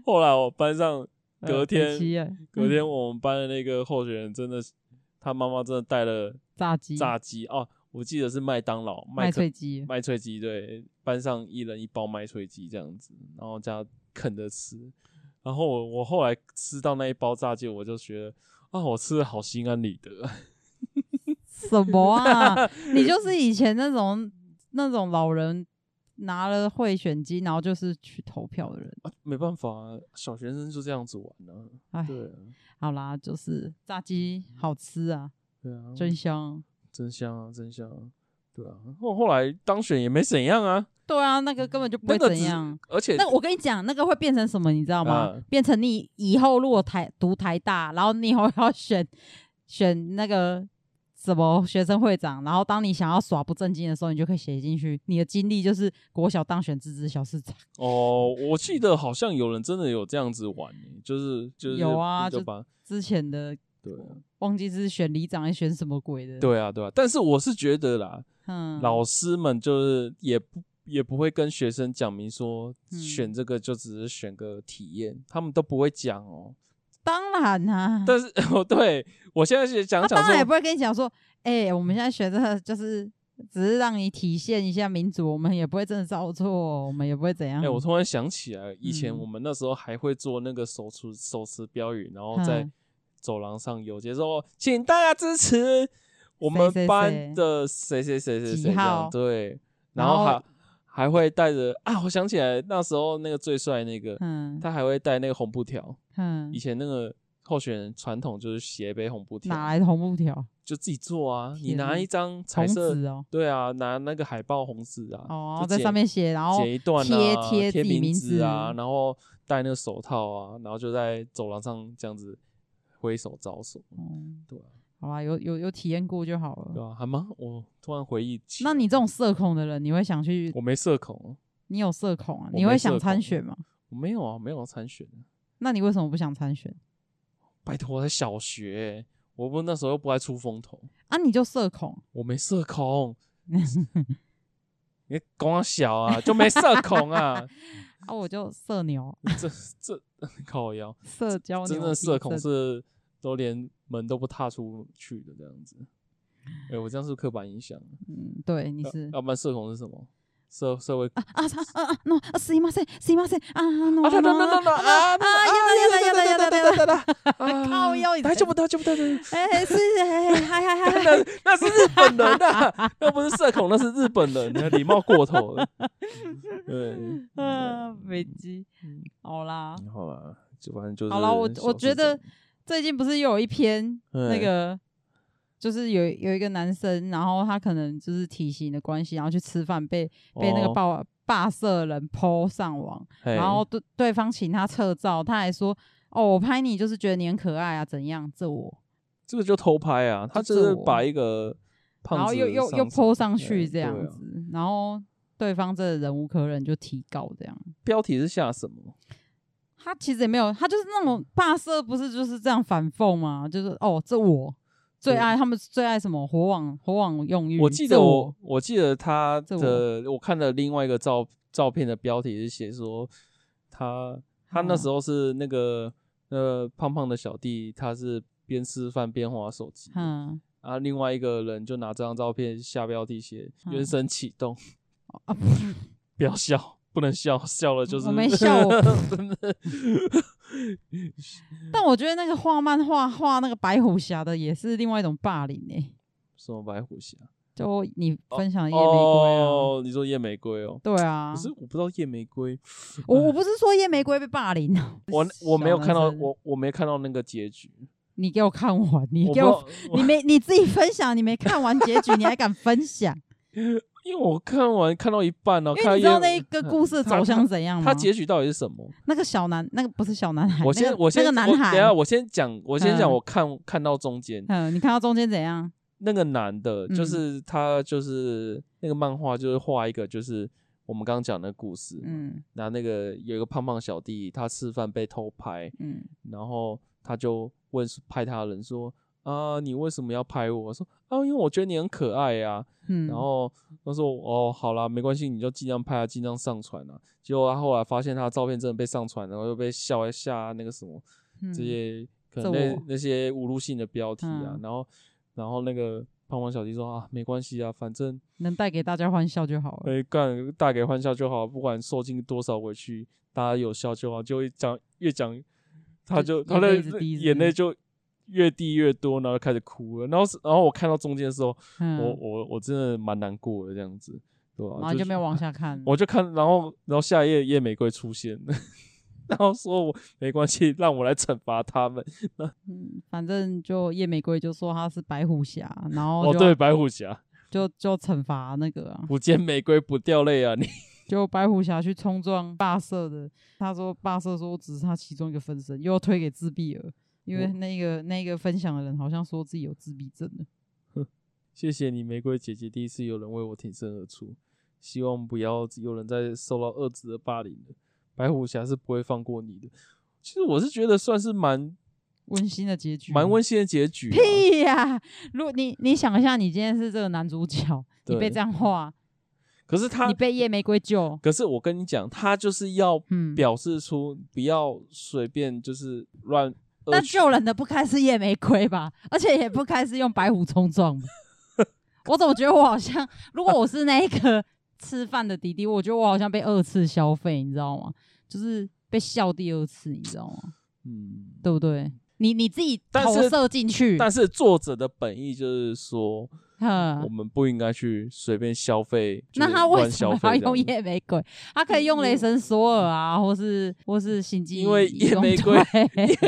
S1: 后来我班上
S2: 呃
S1: 隔
S2: 北
S1: 天
S2: 七哎
S1: 隔天我们班的那个候选人真的是，他妈妈真的带了
S2: 炸鸡、
S1: 炸鸡哦，我记得是麦当劳
S2: 麦
S1: 麦克
S2: 脆鸡，
S1: 麦脆鸡，对，班上一人一包麦脆鸡这样子，然后加啃着吃。然后我我后来吃到那一包炸鸡，我就觉得啊，我吃的好心安理得。 [LAUGHS]
S2: 什么啊？你就是以前那种那种老人拿了贿选机，然后就是去投票的人。
S1: 啊没办法、啊，小学生就这样子玩呢、
S2: 哎，
S1: 对啊，
S2: 好啦，就是炸鸡好吃啊，
S1: 对啊，
S2: 真香。
S1: 真香啊，真香啊，对啊。后后来当选也没怎样啊，
S2: 对啊，那个根本就不
S1: 那
S2: 会
S1: 个只
S2: 怎样。
S1: 而且
S2: 那我跟你讲，那个会变成什么，你知道吗？
S1: 嗯
S2: 变成你以后如果台读台大，然后你以后要选选那个什么学生会长，然后当你想要耍不正经的时候，你就可以写进去。你的经历就是国小当选自治小市长，
S1: 哦，我记得好像有人真的有这样子玩、欸，就是就是
S2: 有啊
S1: 就
S2: 就
S1: 把
S2: 之前的
S1: 对啊
S2: 忘记是选里长还是选什么鬼的。，
S1: 对啊对啊。但是我是觉得啦，
S2: 嗯，
S1: 老师们就是也不。也不会跟学生讲明说
S2: 嗯
S1: 选这个就只是选个体验，他们都不会讲哦。
S2: 嗯当然啦、
S1: 但是 [LAUGHS] 哦，对我现在是想
S2: 他
S1: 讲
S2: 当然也不
S1: 说，
S2: 会跟你讲说，哎、我们现在学这个就是只是让你体现一下民主，我们也不会真的照做，我们也不会怎样。
S1: 哎、我突然想起来，以前
S2: 嗯
S1: 我们那时候还会做那个手持手持标语，然后在
S2: 嗯
S1: 走廊上游街说，请大家支持我们
S2: 谁谁
S1: 班
S2: 谁
S1: 的谁谁谁谁
S2: 几
S1: 谁这样
S2: 号
S1: 对，然
S2: 然
S1: 后
S2: 后
S1: 还还会带着啊，我想起来那时候那个最帅那个，
S2: 嗯
S1: 他还会带那个红布条，
S2: 嗯
S1: 以，前那个候选人传统就是写一杯红布条，
S2: 哪来的红布条？
S1: 就自己做啊，你
S2: 天
S1: 拿
S2: 哪
S1: 一张彩
S2: 红
S1: 色
S2: 纸哦，
S1: 对啊，拿那个海报红纸啊，
S2: 哦，
S1: 就
S2: 在上
S1: 剪
S2: 面写，然后
S1: 剪一段
S2: 贴
S1: 啊，
S2: 贴
S1: 贴
S2: 自己
S1: 名
S2: 名
S1: 字啊，
S2: 字
S1: 然后戴那个手套啊，然后就在走廊上这样子挥手招手，
S2: 嗯
S1: 对啊，
S2: 好啦，有有有体验过就好
S1: 对
S2: 了。
S1: 啊，还蛮我突然回忆起来，
S2: 那你这种社恐的人，你会想去？
S1: 我没社恐，
S2: 你有社恐啊？
S1: 我
S2: 你
S1: 没
S2: 会
S1: 社
S2: 想参
S1: 恐
S2: 选吗？
S1: 我没有啊，没有参选，
S2: 那你为什么不想参选
S1: 拜托，我在小学欸、我不那时候又不爱出风头，
S2: 啊？你就社恐，
S1: 我没社恐，你光小啊就没社恐啊，
S2: 啊，我就社牛，
S1: 这这靠腰。
S2: 社交牛
S1: 真正
S2: 逼
S1: 社恐是都连门都不踏出去的这样子。哎、我这样是不是刻板印象啊，
S2: 嗯，对，你是
S1: 要要不然社恐是什么？社社会
S2: 啊啊啊啊！no 啊，すいません，すいません啊，no
S1: 啊，等等
S2: no
S1: 等等
S2: no
S1: 啊
S2: 啊，やだやだやだやだやだ。
S1: だ啊
S2: 靠腰你才
S1: 大丈夫大丈夫大丈夫。
S2: 哎，是哎，嗨嗨嗨嗨，
S1: 那那是日本人啊，那不是社恐，那是日本人，你礼貌过头了。对，
S2: 嗯，飞机，好啦，
S1: 好了，就反正就是
S2: 好了，我
S1: 小
S2: 我
S1: 事
S2: 觉得
S1: 情
S2: 最近不是又有一篇那
S1: 哎
S2: 个，就是有有一个男生，然后他可能就是体型的关系，然后去吃饭被被那个
S1: 哦
S2: 霸霸社人 PO 上网，
S1: 嘿
S2: 然后对对方请他撤照，他还说哦，我拍你就是觉得你很可爱啊，怎样？这我，
S1: 这个就偷拍啊，他
S2: 就
S1: 就是
S2: 是我
S1: 把一个胖子
S2: 然后又又
S1: 上
S2: 又 PO 上
S1: 对
S2: 去这样
S1: 对啊
S2: 子，然后对方真的忍无可忍就提告这样。
S1: 标题是下什么？
S2: 他其实也没有，他就是那种霸社，不是就是这样反讽吗？就是哦，这我最
S1: 对
S2: 爱，他们最爱什么火网火网用语。
S1: 我记
S2: 嗯这
S1: 得
S2: 我
S1: 我，我记得他
S2: 这
S1: 的，我看了另外一个照照片的标题是写说他他那
S2: 哦
S1: 时候是那个呃胖胖的小弟，他是边吃饭边划手机，
S2: 嗯
S1: 啊，另外一个人就拿这张照片下标题写
S2: 嗯
S1: 原神启动，
S2: [LAUGHS] 啊，
S1: [LAUGHS] 不要笑，不能笑，笑了就是
S2: 我没笑我
S1: [LAUGHS] 真的
S2: 但我觉得那个画漫画画那个白虎侠的也是另外一种霸凌诶、
S1: 什么白虎侠
S2: 就你分享的夜玫瑰啊，
S1: 哦，你说夜玫瑰哦，
S2: 对啊
S1: 可，是我不知道夜玫瑰，
S2: 我我不是说夜玫瑰被霸凌啊，
S1: 我我没有
S2: 小
S1: 看到
S2: 男生
S1: 我我没看到那个结局，
S2: [LAUGHS] 你给我看完，你
S1: 我
S2: 给
S1: 不知
S2: 我
S1: 道
S2: 你没你自己分享，你没看完结局，你还敢分
S1: [LAUGHS]
S2: 享？
S1: 因为我看完看到一半呢，
S2: 因
S1: 看到嗯
S2: 为你知道
S1: 一
S2: 那
S1: [LAUGHS]
S2: 个故事的走向是怎样吗？
S1: 它结局到底是什
S2: [LAUGHS]
S1: 么？
S2: 那个小男，那个不是小男孩，
S1: 我
S2: 那
S1: 先
S2: 个
S1: 我先
S2: 那
S1: 我
S2: 个男
S1: 等一下
S2: 孩，
S1: 我先讲，我先讲，
S2: 嗯
S1: 我看看到中间
S2: 嗯，你看到中间怎样？
S1: 那个男的，
S2: 嗯
S1: 就是他就是那个漫画就是画一个就是我们刚刚讲的故事，
S2: 嗯
S1: 那那个有一个胖胖小弟，他吃饭被偷拍，
S2: 嗯，
S1: 然后他就问拍他的人说。啊，你为什么要拍我？我说啊，因为我觉得你很可爱呀、
S2: 嗯，
S1: 然后他说哦，好啦，没关系，你就尽量拍啊，尽量上传啊。结果他后来发现他的照片真的被上传，然后又被笑一下那个什么
S2: 嗯
S1: 这些可能
S2: 这
S1: 那
S2: 我
S1: 那些侮辱性的标题啊，
S2: 嗯
S1: 然后然后那个胖胖小弟说啊，没关系啊，反正
S2: 能带给大家欢笑就好了。
S1: 哎干大给欢笑就好，不管受尽多少委屈，大家有笑就好。就会讲越讲，他就
S2: 就
S1: 他的
S2: 眼泪一直滴是不是
S1: 眼泪就越低越多，然后开始哭了。然后是然后我看到中间的时候，
S2: 嗯，
S1: 我我我真的蛮难过的这样子，对吧、啊
S2: 然后就没有
S1: 是
S2: 往下看了。
S1: 我就看，然后然后下一页夜玫瑰出现了， [LAUGHS] 然后说我没关系，让我来惩罚他们。
S2: 嗯，反正就夜玫瑰就说他是白虎侠，然后
S1: 哦，
S2: 就、
S1: 对，白虎侠
S2: 就就惩罚那个、啊，
S1: 不见玫瑰不掉泪啊！你 [LAUGHS]
S2: 就白虎侠去冲撞霸社的。他说霸社说只是他其中一个分身，又推给自闭儿，因为
S1: 我
S2: 那个那个分享的人好像说自己有自闭症的。
S1: 谢谢你，玫瑰姐姐，第一次有人为我挺身而出，希望不要有人再受到二子的霸凌了。白虎侠是不会放过你的。其实我是觉得算是蛮
S2: 温馨的结局，
S1: 蛮温馨的结局、啊。
S2: 屁呀、如果你你想一下，你今天是这个男主角，你
S1: 对
S2: 被这样画，
S1: 可是他
S2: 你，被夜玫瑰救，
S1: 可是我跟你讲，他就是要
S2: 嗯，
S1: 表示出不要随便就是乱恶
S2: 那
S1: 取
S2: 救人的不该是夜玫瑰吧？而且也不该是用白虎冲撞吧？ [LAUGHS] 我总觉得我好像，如果我是那一个吃饭的弟弟，我觉得我好像被二次消费，你知道吗？就是被笑第二次，你知道吗？
S1: 嗯，
S2: 对不对？你你自己
S1: 但
S2: 投
S1: 是
S2: 射进去，
S1: 但是作者的本意就是说，我
S2: 哼，
S1: 们不应该去随便消费，
S2: 啊那
S1: 就是
S2: 他为
S1: 乱
S2: 什
S1: 消
S2: 么
S1: 费
S2: 要
S1: 这样
S2: 用
S1: 子嗯
S2: 夜玫瑰？他可以用雷神索尔啊，或是或是心机，
S1: 因为夜玫瑰
S2: 对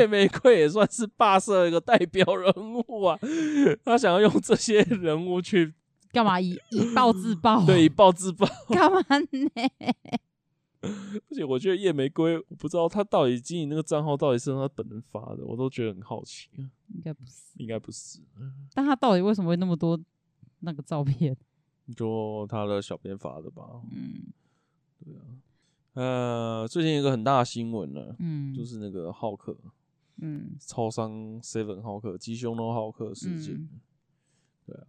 S1: [LAUGHS] 夜玫瑰也算是霸社的一个代表人物啊， [LAUGHS] 他想要用这些人物去
S2: 干嘛以以暴制暴？
S1: 对以，暴制暴，
S2: 干嘛呢？
S1: 而且我觉得夜玫瑰，我不知道他到底经营那个账号到底是他本人发的，我都觉得很好奇，
S2: 应该不是。
S1: 应该不是，
S2: 但他到底为什么会那么多那个照片？
S1: 就他的小编发的吧。
S2: [LAUGHS] 嗯
S1: 呃，最近有一个很大的新闻呢、
S2: 嗯，
S1: 就是那个浩克
S2: 嗯
S1: 超商 seven 浩克鸡胸肉浩克事件。
S2: 嗯
S1: 对啊，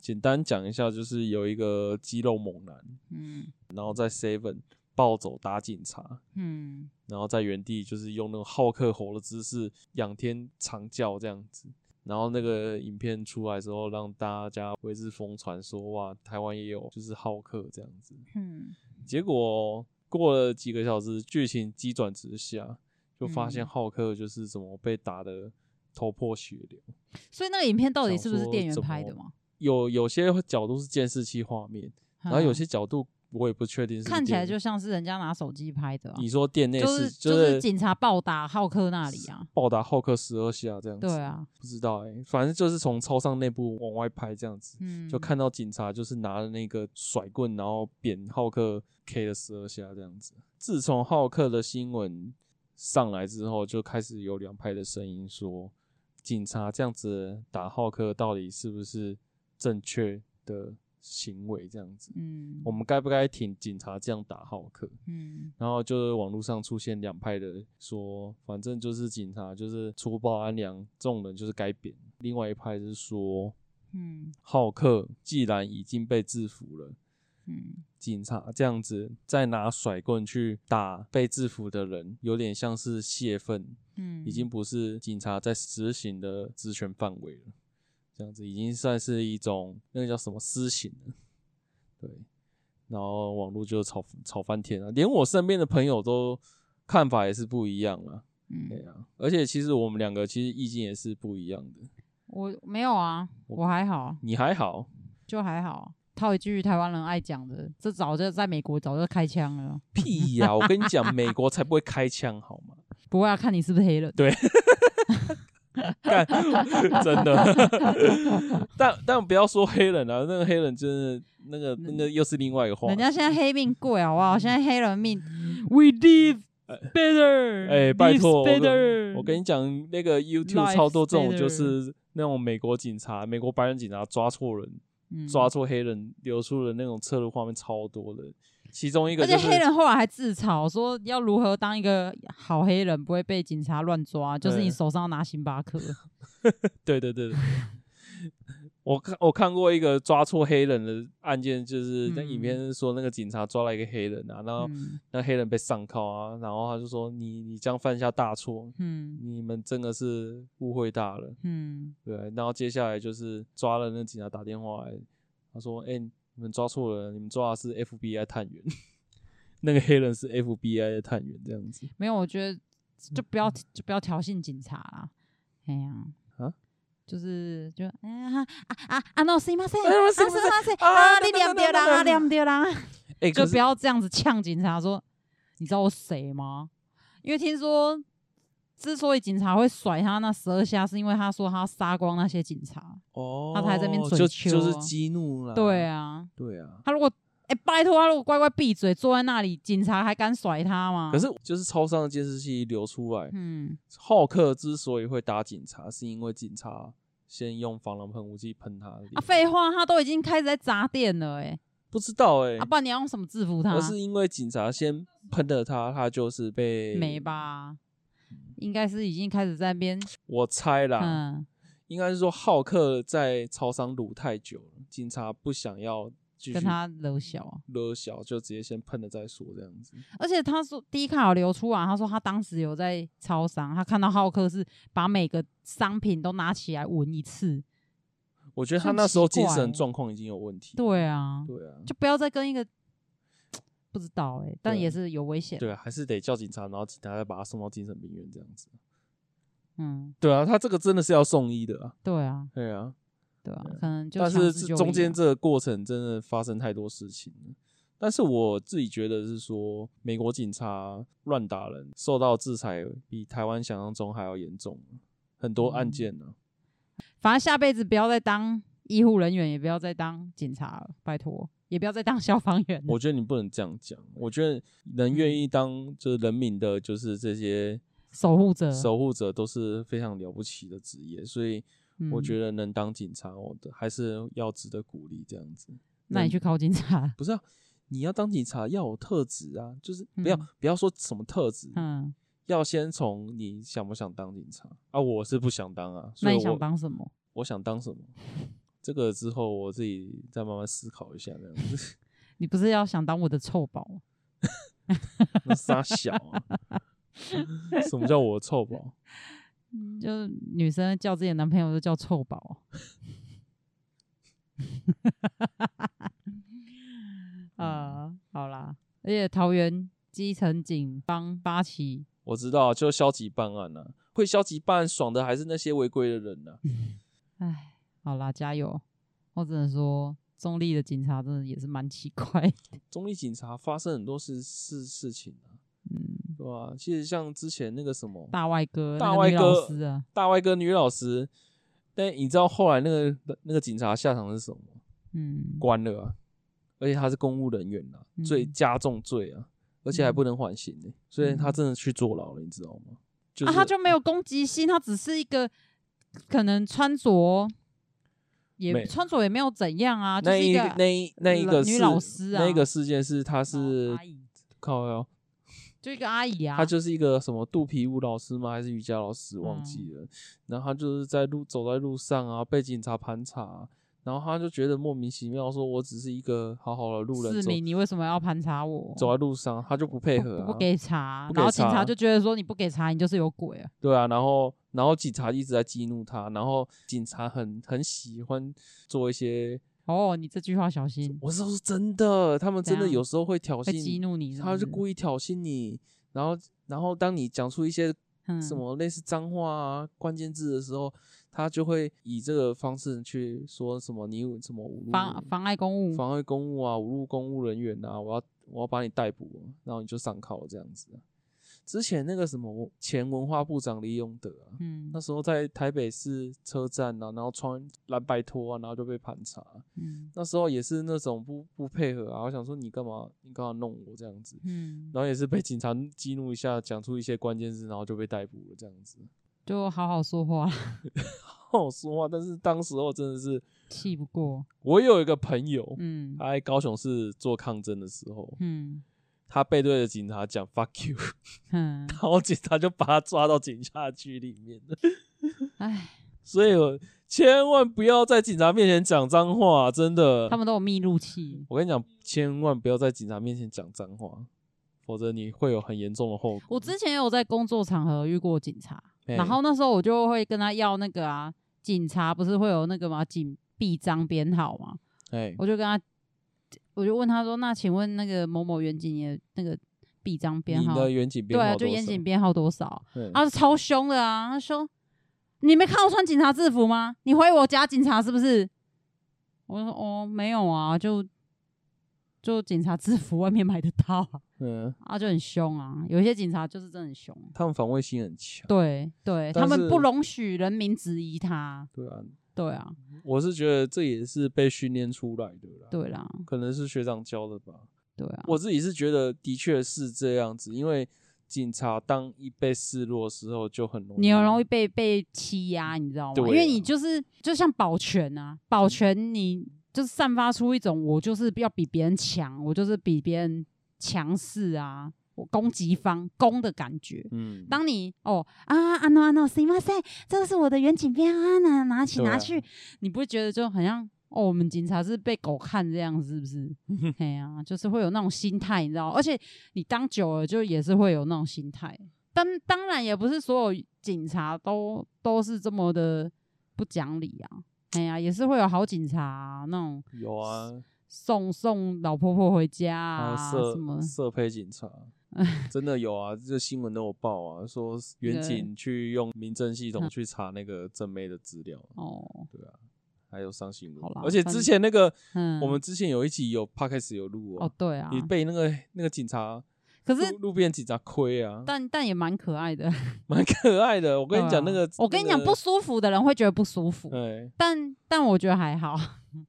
S1: 简单讲一下，就是有一个肌肉猛男，
S2: 嗯
S1: 然后在 seven 暴走打警察，
S2: 嗯
S1: 然后在原地就是用那种浩克吼的姿势仰天长叫这样子。然后那个影片出来之后，让大家为之疯传说，哇，台湾也有就是浩克这样子。
S2: 嗯
S1: 结果过了几个小时，剧情急转直下，就发现
S2: 嗯
S1: 浩克就是怎么被打的头破血流。
S2: 所以那个影片到底是不是
S1: 想说
S2: 店员
S1: 怎么
S2: 拍的嘛？
S1: 有有些角度是监视器画面，然后有
S2: 嗯
S1: 些角度我也不确定是不是
S2: 看起来
S1: 店
S2: 就像是人家拿手机拍的啊、
S1: 你说店内
S2: 就是
S1: 就
S2: 就是警察暴打浩克那里啊。
S1: 暴打浩克十二下这样子。
S2: 对，啊，
S1: 不知道哎、反正就是从超商内部往外拍这样子。
S2: 嗯，
S1: 就看到警察就是拿了那个甩棍，然后扁浩克 K 了十二下这样子。自从浩克的新闻上来之后，就开始有两派的声音说，警察这样子打浩克到底是不是正确的行为？这样子，
S2: 嗯，
S1: 我们该不该挺警察这样打浩克？
S2: 嗯
S1: 然后就是网络上出现两派的说，反正就是警察就是粗暴安良，这种人就是该扁。另外一派是说，
S2: 嗯
S1: 浩克既然已经被制服了，
S2: 嗯
S1: 警察这样子再拿甩棍去打被制服的人，有点像是泄愤，
S2: 嗯，
S1: 已经不是警察在执行的职权范围了。这样子已经算是一种那个叫什么私刑了，对。然后网络就吵吵翻天了，连我身边的朋友都看法也是不一样了。对
S2: 嗯，
S1: 啊，而且其实我们两个其实意见也是不一样的。
S2: 我没有啊，我还好，
S1: 你还好，
S2: 就还好。套一句台湾人爱讲的，这早就在美国早就开枪了，
S1: 屁呀、我跟你讲，美国才不会开枪好吗？
S2: 不会啊，看你是不是黑人。
S1: 干， [LAUGHS] 真的。 [LAUGHS] 但但不要说黑人啊，那个黑人真的那个那个又是另外一个话
S2: 人
S1: 题。
S2: 家现在黑命贵好不好？现在黑人命，We 嗯 live better，
S1: [LAUGHS] 哎，拜
S2: lives
S1: 托，我跟
S2: better，
S1: 我跟你讲，那个 YouTube
S2: Life's
S1: 超多这种
S2: better
S1: 就是那种美国警察、美国白人警察抓错人、
S2: 你
S1: 抓错黑人，流出的那种侧录画面超多的。其中一个
S2: 嗯而
S1: 就
S2: 且
S1: 是
S2: 黑人后来还自嘲说，要如何当一个好黑人，不会被警察乱抓，就是
S1: 对
S2: 你手上要拿
S1: [LAUGHS]
S2: 星巴克。
S1: 对对对对。 [LAUGHS] 我看我看过一个抓错黑人的案件，就是那影片是说那个警察抓了一个黑人啊，然后
S2: 嗯
S1: 那黑人被上铐啊，然后他就说你你这样犯下大错，
S2: 嗯
S1: 你们真的是误会大了，
S2: 嗯
S1: 对。然后接下来就是抓了那警察打电话来，他说：“哎、你们抓错了，你们抓的是 FBI 探员， [LAUGHS] 那个黑人是 FBI 的探员，这样子。
S2: 没有，我觉得就不要就不要挑衅警察啦。哎呀、
S1: 嗯啊
S2: 就是就哎呀哈啊啊啊 no 是吗？是
S1: 哎呀
S2: 啊
S1: 是
S2: 是
S1: 吗是
S2: 吗？是
S1: 啊
S2: 啊
S1: 对
S2: 你
S1: 对
S2: 念
S1: 对
S2: 对
S1: 对
S2: 啦，
S1: 对
S2: 啊念对啦，
S1: 哎、
S2: 就
S1: 可
S2: 不
S1: 是
S2: 要这样子呛警察说，你知道我谁吗？因为听说之所以警察会甩他那十二下，是因为他说他杀光那些警察。
S1: 哦，
S2: 他还在那边
S1: 就
S2: 嘴丘
S1: 就是
S2: 啊
S1: 激怒了，
S2: 对，啊，
S1: 对啊。
S2: 他如果哎、拜托，他如果乖乖闭嘴坐在那里，警察还敢甩他吗？
S1: 可是就是超商的监视器流出来，
S2: 啊嗯，
S1: 浩克之所以会打警察，是因为警察先用防狼喷雾剂喷他的脸
S2: 啊，废话，他都已经开始在砸店了、欸，
S1: 不知道哎、
S2: 哎、啊，不然你要用什么制服他
S1: 而？是因为警察先喷了他，他就是被
S2: 没？吧？
S1: 嗯
S2: 应该是已经开始在那边，
S1: 我猜啦，
S2: 嗯，
S1: 应该是说浩克在超商撸太久了，警察不想要继续
S2: 跟他惹小啊。
S1: 勒小，就直接先喷了再说这样子。
S2: 而且他说第一卡有流出啊，他说他当时有在超商，他看到浩克是把每个商品都拿起来闻一次。
S1: 我觉得他
S2: 很
S1: 那时候
S2: 奇
S1: 精
S2: 怪
S1: 神
S2: 欸
S1: 状况已经有问题。
S2: 对啊，
S1: 对啊，
S2: 就不要再跟一个不知道哎、但
S1: 对
S2: 也是有危险。
S1: 对啊，还是得叫警察，然后警察再把他送到精神病院这样子。
S2: 嗯，
S1: 对啊，他这个真的是要送医的啊。
S2: 对啊，
S1: 对啊，
S2: 对啊
S1: 对啊，
S2: 可能就
S1: 但
S2: 强
S1: 是
S2: 制
S1: 这
S2: 就
S1: 中
S2: 医
S1: 间
S2: 啊
S1: 这个过程真的发生太多事情了。但是我自己觉得是说，美国警察乱打人受到制裁比台湾想象中还要严重，很多
S2: 嗯
S1: 案件啊呢、
S2: 反正下辈子不要再当医护人员，也不要再当警察了，拜托，也不要再当消防员了。
S1: 我觉得你不能这样讲，我觉得能愿意当就是人民的，就是这些
S2: 嗯守护者，
S1: 守护者都是非常了不起的职业，所以我
S2: 嗯
S1: 觉得能当警察，我的还是要值得鼓励这样子。
S2: 那你去考警
S1: [LAUGHS]
S2: 察，
S1: 不是啊？你要当警察要有特质啊，就是不要、
S2: 嗯
S1: 不要说什么特质，
S2: 嗯，
S1: 要先从你想不想当警察啊？我是不想当啊，所
S2: 那
S1: 以
S2: 你
S1: 我
S2: 想当什么？
S1: 我想当什么？这个之后我自己再慢慢思考一下，这样子 [LAUGHS]
S2: 你不是要想当我的臭宝吗？
S1: 那傻小啊！ [LAUGHS] 什么叫我臭宝？嗯
S2: 就是女生叫自己的男朋友都叫臭
S1: [LAUGHS]
S2: 宝。呃，
S1: 嗯
S2: 好啦，而且桃园基层警方发起，
S1: 我知道，啊就消极办案啊，会消极办案爽的还是那些违规的人啊。
S2: 唉，好啦，加油！我只能说，中立的警察真的也是蛮奇怪的。
S1: 中立警察发生很多事事事情啊，
S2: 嗯，
S1: 对吧、其实像之前那个什么
S2: 大外哥，
S1: 大
S2: 那个
S1: 外
S2: 女老
S1: 哥
S2: 师啊，
S1: 大外哥女老师，但你知道后来那个那个警察下场是什么吗？
S2: 嗯，
S1: 关了啊，而且他是公务人员啊，
S2: 嗯
S1: 罪加重罪啊，而且还不能缓刑呢、所以他
S2: 嗯
S1: 真的去坐牢了，你知道吗？就
S2: 啊，
S1: 是、
S2: 他就没有攻击性，他只是一个可能穿着
S1: 没
S2: 也穿着也没有怎样啊，就
S1: 那
S2: 是
S1: 一
S2: 一个
S1: 那一那一个
S2: 女
S1: 事
S2: 老师啊哦哎
S1: 那一个事件是他是
S2: 阿姨，
S1: 靠腰，
S2: 就一个阿姨啊，
S1: 他就是一个什么肚皮舞老师吗？还是瑜伽老师？忘
S2: 嗯
S1: 记了。然后他就是在路走在路上啊，被警察盘查啊、然后他就觉得莫名其妙，说我只是一个好好的路人
S2: 市
S1: 走
S2: 民，你为什么要盘查我？
S1: 走在路上，他就不配
S2: 不
S1: 合、啊
S2: 不给查，
S1: 不给
S2: 然后警
S1: 查
S2: 察就觉得说你不给查，你就是有鬼啊。
S1: 对啊，然后然后警察一直在激怒他，然后警察很很喜欢做一些，
S2: 哦，你这句话小心
S1: 我是说真的，他们真的
S2: 怎样
S1: 有时候会挑
S2: 被激
S1: 衅，
S2: 怒你是不
S1: 他
S2: 是，
S1: 就故意挑衅你，然后然后当你讲出一些
S2: 嗯
S1: 什么类似脏话啊、关键字的时候，他就会以这个方式去说什么你有什么侮辱
S2: 妨妨碍公务，
S1: 妨碍公务啊、侮辱公务人员啊，我要我要把你逮捕啊、然后你就上铐这样子啊。之前那个什么前文化部长李永德啊，
S2: 嗯
S1: 那时候在台北市车站啊，然后穿蓝白拖啊，然后就被盘查。啊
S2: 嗯
S1: 那时候也是那种不不配合啊，我想说你干嘛你干嘛弄我这样子，
S2: 嗯，
S1: 然后也是被警察激怒一下，讲出一些关键字，然后就被逮捕了这样子。 [LAUGHS]
S2: 就好好说话， [LAUGHS]
S1: 好好说话，但是当时候真的是，
S2: 气不过，
S1: 我有一个朋友，
S2: 嗯
S1: 他在高雄市做抗争的时候，
S2: 嗯
S1: 他背对着警察讲 “fuck you”， [LAUGHS]
S2: 嗯，
S1: 然后警察就把他抓到警察局里面了。 [LAUGHS]
S2: 唉，
S1: 所以我千万不要在警察面前讲脏话，真的。
S2: 他们都有密录器，
S1: 我跟你讲，千万不要在警察面前讲脏话，否则你会有很严重的后果。
S2: 我之前有在工作场合遇过警察，
S1: 嘿
S2: 然后那时候我就会跟他要那个啊，警察不是会有那个嘛警臂章编号嘛，
S1: 哎，
S2: 我就跟他，我就问他说，那请问那个某某远景的那个臂章编
S1: 你
S2: 号，
S1: 的远景编
S2: 对
S1: 号
S2: 啊，
S1: 多
S2: 就
S1: 少
S2: 远景编号多少？
S1: 对
S2: 啊，超凶的啊，他说你没看我穿警察制服吗？你怀疑我假警察是不是？”我就说：“哦，没有啊，就就警察制服外面买得到啊，
S1: 嗯，
S2: 啊就很凶啊。有一些警察就是真的很凶，
S1: 他们防卫心很强。
S2: 对对，
S1: 但
S2: 他们不
S1: 是
S2: 容许人民质疑他，
S1: 对啊，
S2: 对啊，
S1: 我是觉得这也是被训练出来的啦。，
S2: 对啦，
S1: 可能是学长教的吧。
S2: 对啊，
S1: 我自己是觉得的确是这样子，因为警察当一被示弱的时候就很容易，
S2: 你很容易被被欺压，你知道吗？
S1: 嗯对
S2: 因为
S1: 啊
S2: 你就是就像保全啊，保全你就是散发出一种我就是要比别人强，我就是比别人强势啊，我攻击方攻的感觉。
S1: 嗯，
S2: 当你哦啊啊 no 啊 no 行吗？塞，这个是我的远景标啊，拿拿起
S1: 对
S2: 拿
S1: 啊
S2: 去，你不会觉得就好像哦，我们警察是被狗看这样，是不是？哎呀、就是会有那种心态，你知道？而且你当久了，就也是会有那种心态。但当然也不是所有警察都都是这么的不讲理啊。哎呀、也是会有好警察啊、那种
S1: 有啊，
S2: 送送老婆婆回
S1: 还
S2: 家啊，
S1: 有
S2: 什么
S1: 色色胚警
S2: [LAUGHS]
S1: 察，真的有啊，这新闻都有报啊，说远
S2: 对嗯
S1: 景去用民政系统去查那个正妹的资料，
S2: 哦，
S1: 还有上新闻
S2: 好啦。
S1: 而且
S2: 反
S1: 之前那个
S2: 嗯，
S1: 我们之前有一集有 p 开始有录
S2: 哦
S1: 哦，
S2: 对啊
S1: 你，被那个那个警察
S2: 可是
S1: 路路边警察亏啊，
S2: 但但也蛮可爱的。
S1: 蛮可爱的。我
S2: 对
S1: 跟你讲
S2: 啊
S1: 那个，嗯
S2: 我跟你讲，不舒服的人会觉得不舒服，
S1: 对
S2: 但但我觉得还好，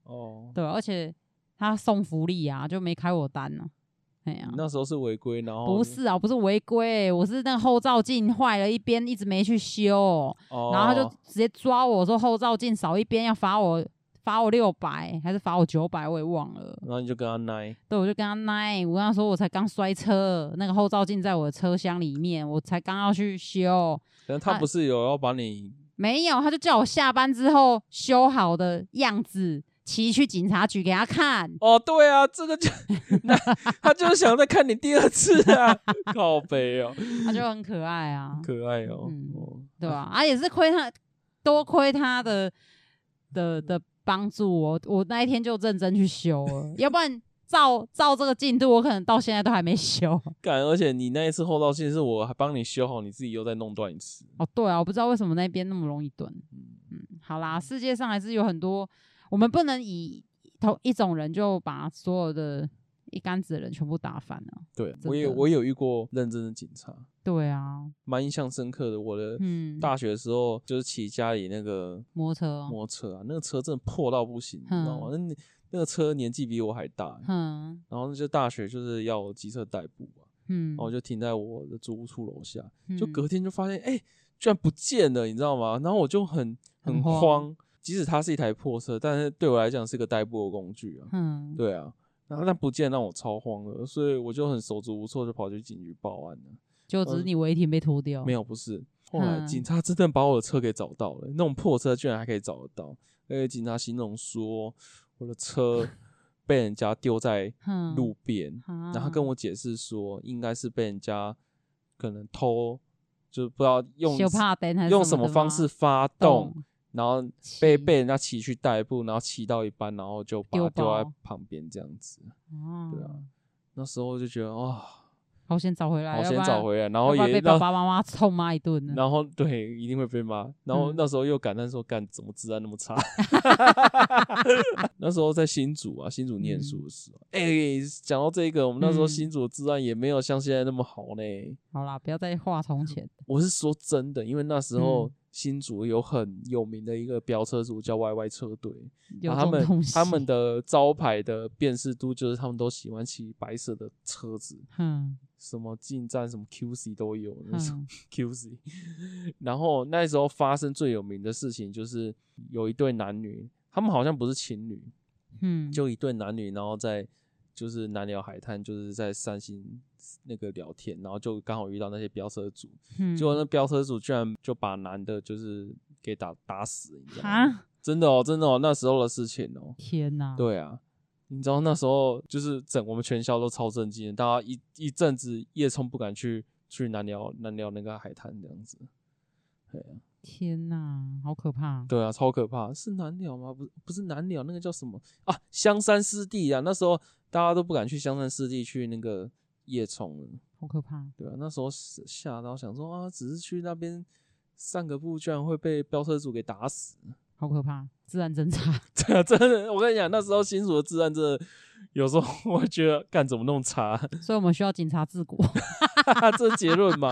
S1: 哦，
S2: 对，而且他送福利啊，就没开我单呢、哎呀、
S1: 你那时候是违规，然后
S2: 不是啊，我不是违规、我是那个后照镜坏了一边，一直没去修、
S1: 哦，
S2: 然后他就直接抓我说后照镜少一边要罚我。罚我六百还是罚我九百，我也忘了。
S1: 然后你就跟他奶，
S2: 对，我就跟他耐，我跟他说我才刚摔车，那个后照镜在我的车厢里面，我才刚要去修，
S1: 可能他
S2: 啊
S1: 不是有要把你
S2: 没有，他就叫我下班之后修好的样子骑去警察局给他 [CLEARS THROAT] 看。
S1: 哦，对啊，这
S2: [LAUGHS]
S1: 个就那他就是想再看你第二次啊，靠北哦，
S2: 他就很可爱啊，
S1: 可爱哦，
S2: 嗯
S1: 哦
S2: 对吧、啊？也是亏他，多亏他的的的帮助我，我那一天就认真去修 [LAUGHS] 了，要不然照照这个进度，我可能到现在都还没修。 [LAUGHS]
S1: 干，而且你那一次后照镜是我还帮你修好，你自己又再弄断一次，
S2: 哦，对啊，我不知道为什么那边那么容易蹲。嗯，好啦，世界上还是有很多，我们不能以同一种人就把所有的一竿子的人全部打翻了。
S1: 对
S2: 真
S1: 我也
S2: 的
S1: 我也有遇过认真的警察，
S2: 对啊，
S1: 蛮印象深刻的。我的
S2: 嗯，
S1: 大学的时候就是骑家里那个
S2: 摩托车哦，
S1: 摩托车啊，那个车真的破到不行，你知道吗？那你那个车年纪比我还大，
S2: 嗯
S1: 然后那就大学就是要我机车代步嘛，
S2: 嗯
S1: 然后我就停在我的租屋处楼下，哦就
S2: 嗯
S1: 隔天就发现，哎、居然不见了，你知道吗？然后我就很
S2: 很
S1: 很
S2: 慌
S1: 慌，即使它是一台破车，但是对我来讲是个代步的工具啊，
S2: 嗯，
S1: 对啊。然后但不见让我超慌了，所以我就很手足无措，就跑去警局报案了。
S2: 就只是你违停被拖掉，
S1: 呃没有，不是，后来
S2: 嗯
S1: 警察真的把我的车给找到了，那种破车居然还可以找得到。而且警察形容说，我的
S2: [LAUGHS]
S1: 车被人家丢在
S2: 嗯
S1: 路边，
S2: 啊，
S1: 然后他跟我解释说，应该是被人家可能偷，就是不知道用
S2: 修帕灯还是
S1: 用
S2: 什
S1: 什
S2: 么
S1: 么
S2: 的
S1: 方
S2: 吗
S1: 式发动，
S2: 动
S1: 然后被
S2: 骑
S1: 被人家骑去代步，然后骑到一半，然后就把
S2: 丢
S1: 它丢在
S2: 包
S1: 旁边这样子。
S2: 啊，
S1: 对啊，那时候就觉得哇，
S2: 好险找回来，
S1: 好
S2: 啊要
S1: 先
S2: 不
S1: 找
S2: 然，
S1: 回来，然
S2: 然
S1: 后也
S2: 被
S1: 让
S2: 爸爸妈妈臭骂一顿呢。
S1: 然后对，一定会被骂。然后
S2: 嗯
S1: 那时候又感叹说：“干，怎么治安那么差？” [LAUGHS] 那时候在新竹啊，新竹念书的时候，哎、讲到这个，我们那时候
S2: 嗯
S1: 新竹的治安也没有像现在那么好呢。
S2: 好啦，不要再话
S1: [LAUGHS]
S2: 从前，
S1: 我是说真的，因为那时候
S2: 嗯
S1: 新竹有很有名的一个飙车族叫 YY 车队，
S2: 有
S1: 然
S2: 这
S1: 啊后他
S2: 种东
S1: 们
S2: 西，
S1: 他们的招牌的辨识度就是他们都喜欢骑白色的车子，
S2: 嗯
S1: 什么进站什么 QC 都有那种。
S2: 嗯
S1: QC。然后那时候发生最有名的事情就是有一对男女，他们好像不是情侣，
S2: 嗯，
S1: [LAUGHS] 就一对男女，然后在就是南寮海滩，就是在三星那个聊天，然后就刚好遇到那些飙车族，
S2: 嗯
S1: 结果那飙车族居然就把男的就是给打打死，你知道吗？
S2: 啊，
S1: 真的哦，真的哦，那时候的事情哦，
S2: 天哪，
S1: 对啊。你知道那时候就是整我们全校都超震惊的，大家一一阵子夜冲不敢去去南寮南寮那个海滩这样子。
S2: 天哪，好可怕，
S1: 对啊，超可怕！是南鸟吗？不，不是南鸟，那个叫什么啊？香山湿地啊！那时候大家都不敢去香山湿地去那个夜冲了，
S2: 好可怕，
S1: 对啊，那时候是吓到想说啊，只是去那边上个部居然会被飙车族给打死， [LAUGHS] 啊
S2: 好可怕！自然侦查， [LAUGHS]
S1: 真的，我跟你讲，那时候新竹的治安真的，有时候我 [LAUGHS] 会觉得干怎么那么差， [LAUGHS]
S2: 所以我们需要警察治国。 [LAUGHS]
S1: 这是结论嘛？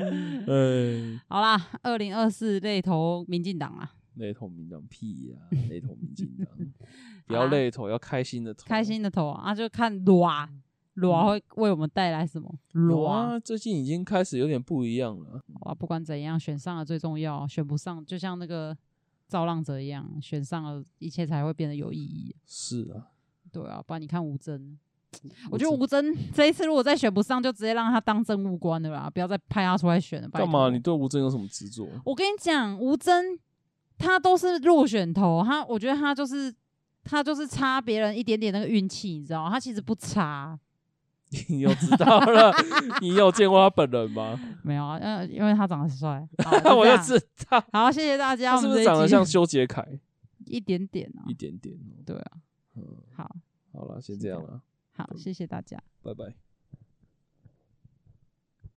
S1: [LAUGHS] 哎，
S2: 好啦，二零二四类投民进党啊，
S1: 雷同民党屁呀、雷同民进党， [LAUGHS] 不要累头，要开心的头，
S2: 啊
S1: 嗯
S2: 开心的投啊，啊就看裸裸啊会为我们带来什么
S1: 有
S2: 裸。
S1: 啊！最近已经开始有点不一样了，
S2: 好吧，不管怎样，选上了最重要，选不上就像那个造浪者一样，选上了一切才会变得有意义。
S1: 是啊，
S2: 对啊，不然你看吴征，我
S1: 吴
S2: 觉得
S1: 征
S2: 吴征这一次如果再选不上，就直接让他当政务官了啦，不要再派他出来选了。拜
S1: 干嘛？
S2: 托
S1: 你对吴尊有什么执着？ [LAUGHS]
S2: 我跟你讲，吴征他都是落选头，他我觉得他就是他就是差别人一点点那个运气，你知道吗？他其实不差，
S1: 你又知道了？你有见过他本人吗？
S2: [LAUGHS] 没有啊，呃，因为他长得帅。
S1: [LAUGHS]
S2: 好
S1: 那我就
S2: 这样
S1: 知道，
S2: 好，谢谢大
S1: 他
S2: 家。
S1: 是不
S2: 我们这
S1: 是
S2: 一
S1: 长得
S2: 集
S1: 像修杰楷
S2: 一点点啊
S1: 一？点点？
S2: 对啊，
S1: 嗯，
S2: 好
S1: 好了，先这样了，
S2: 好，谢谢大家。
S1: 拜拜。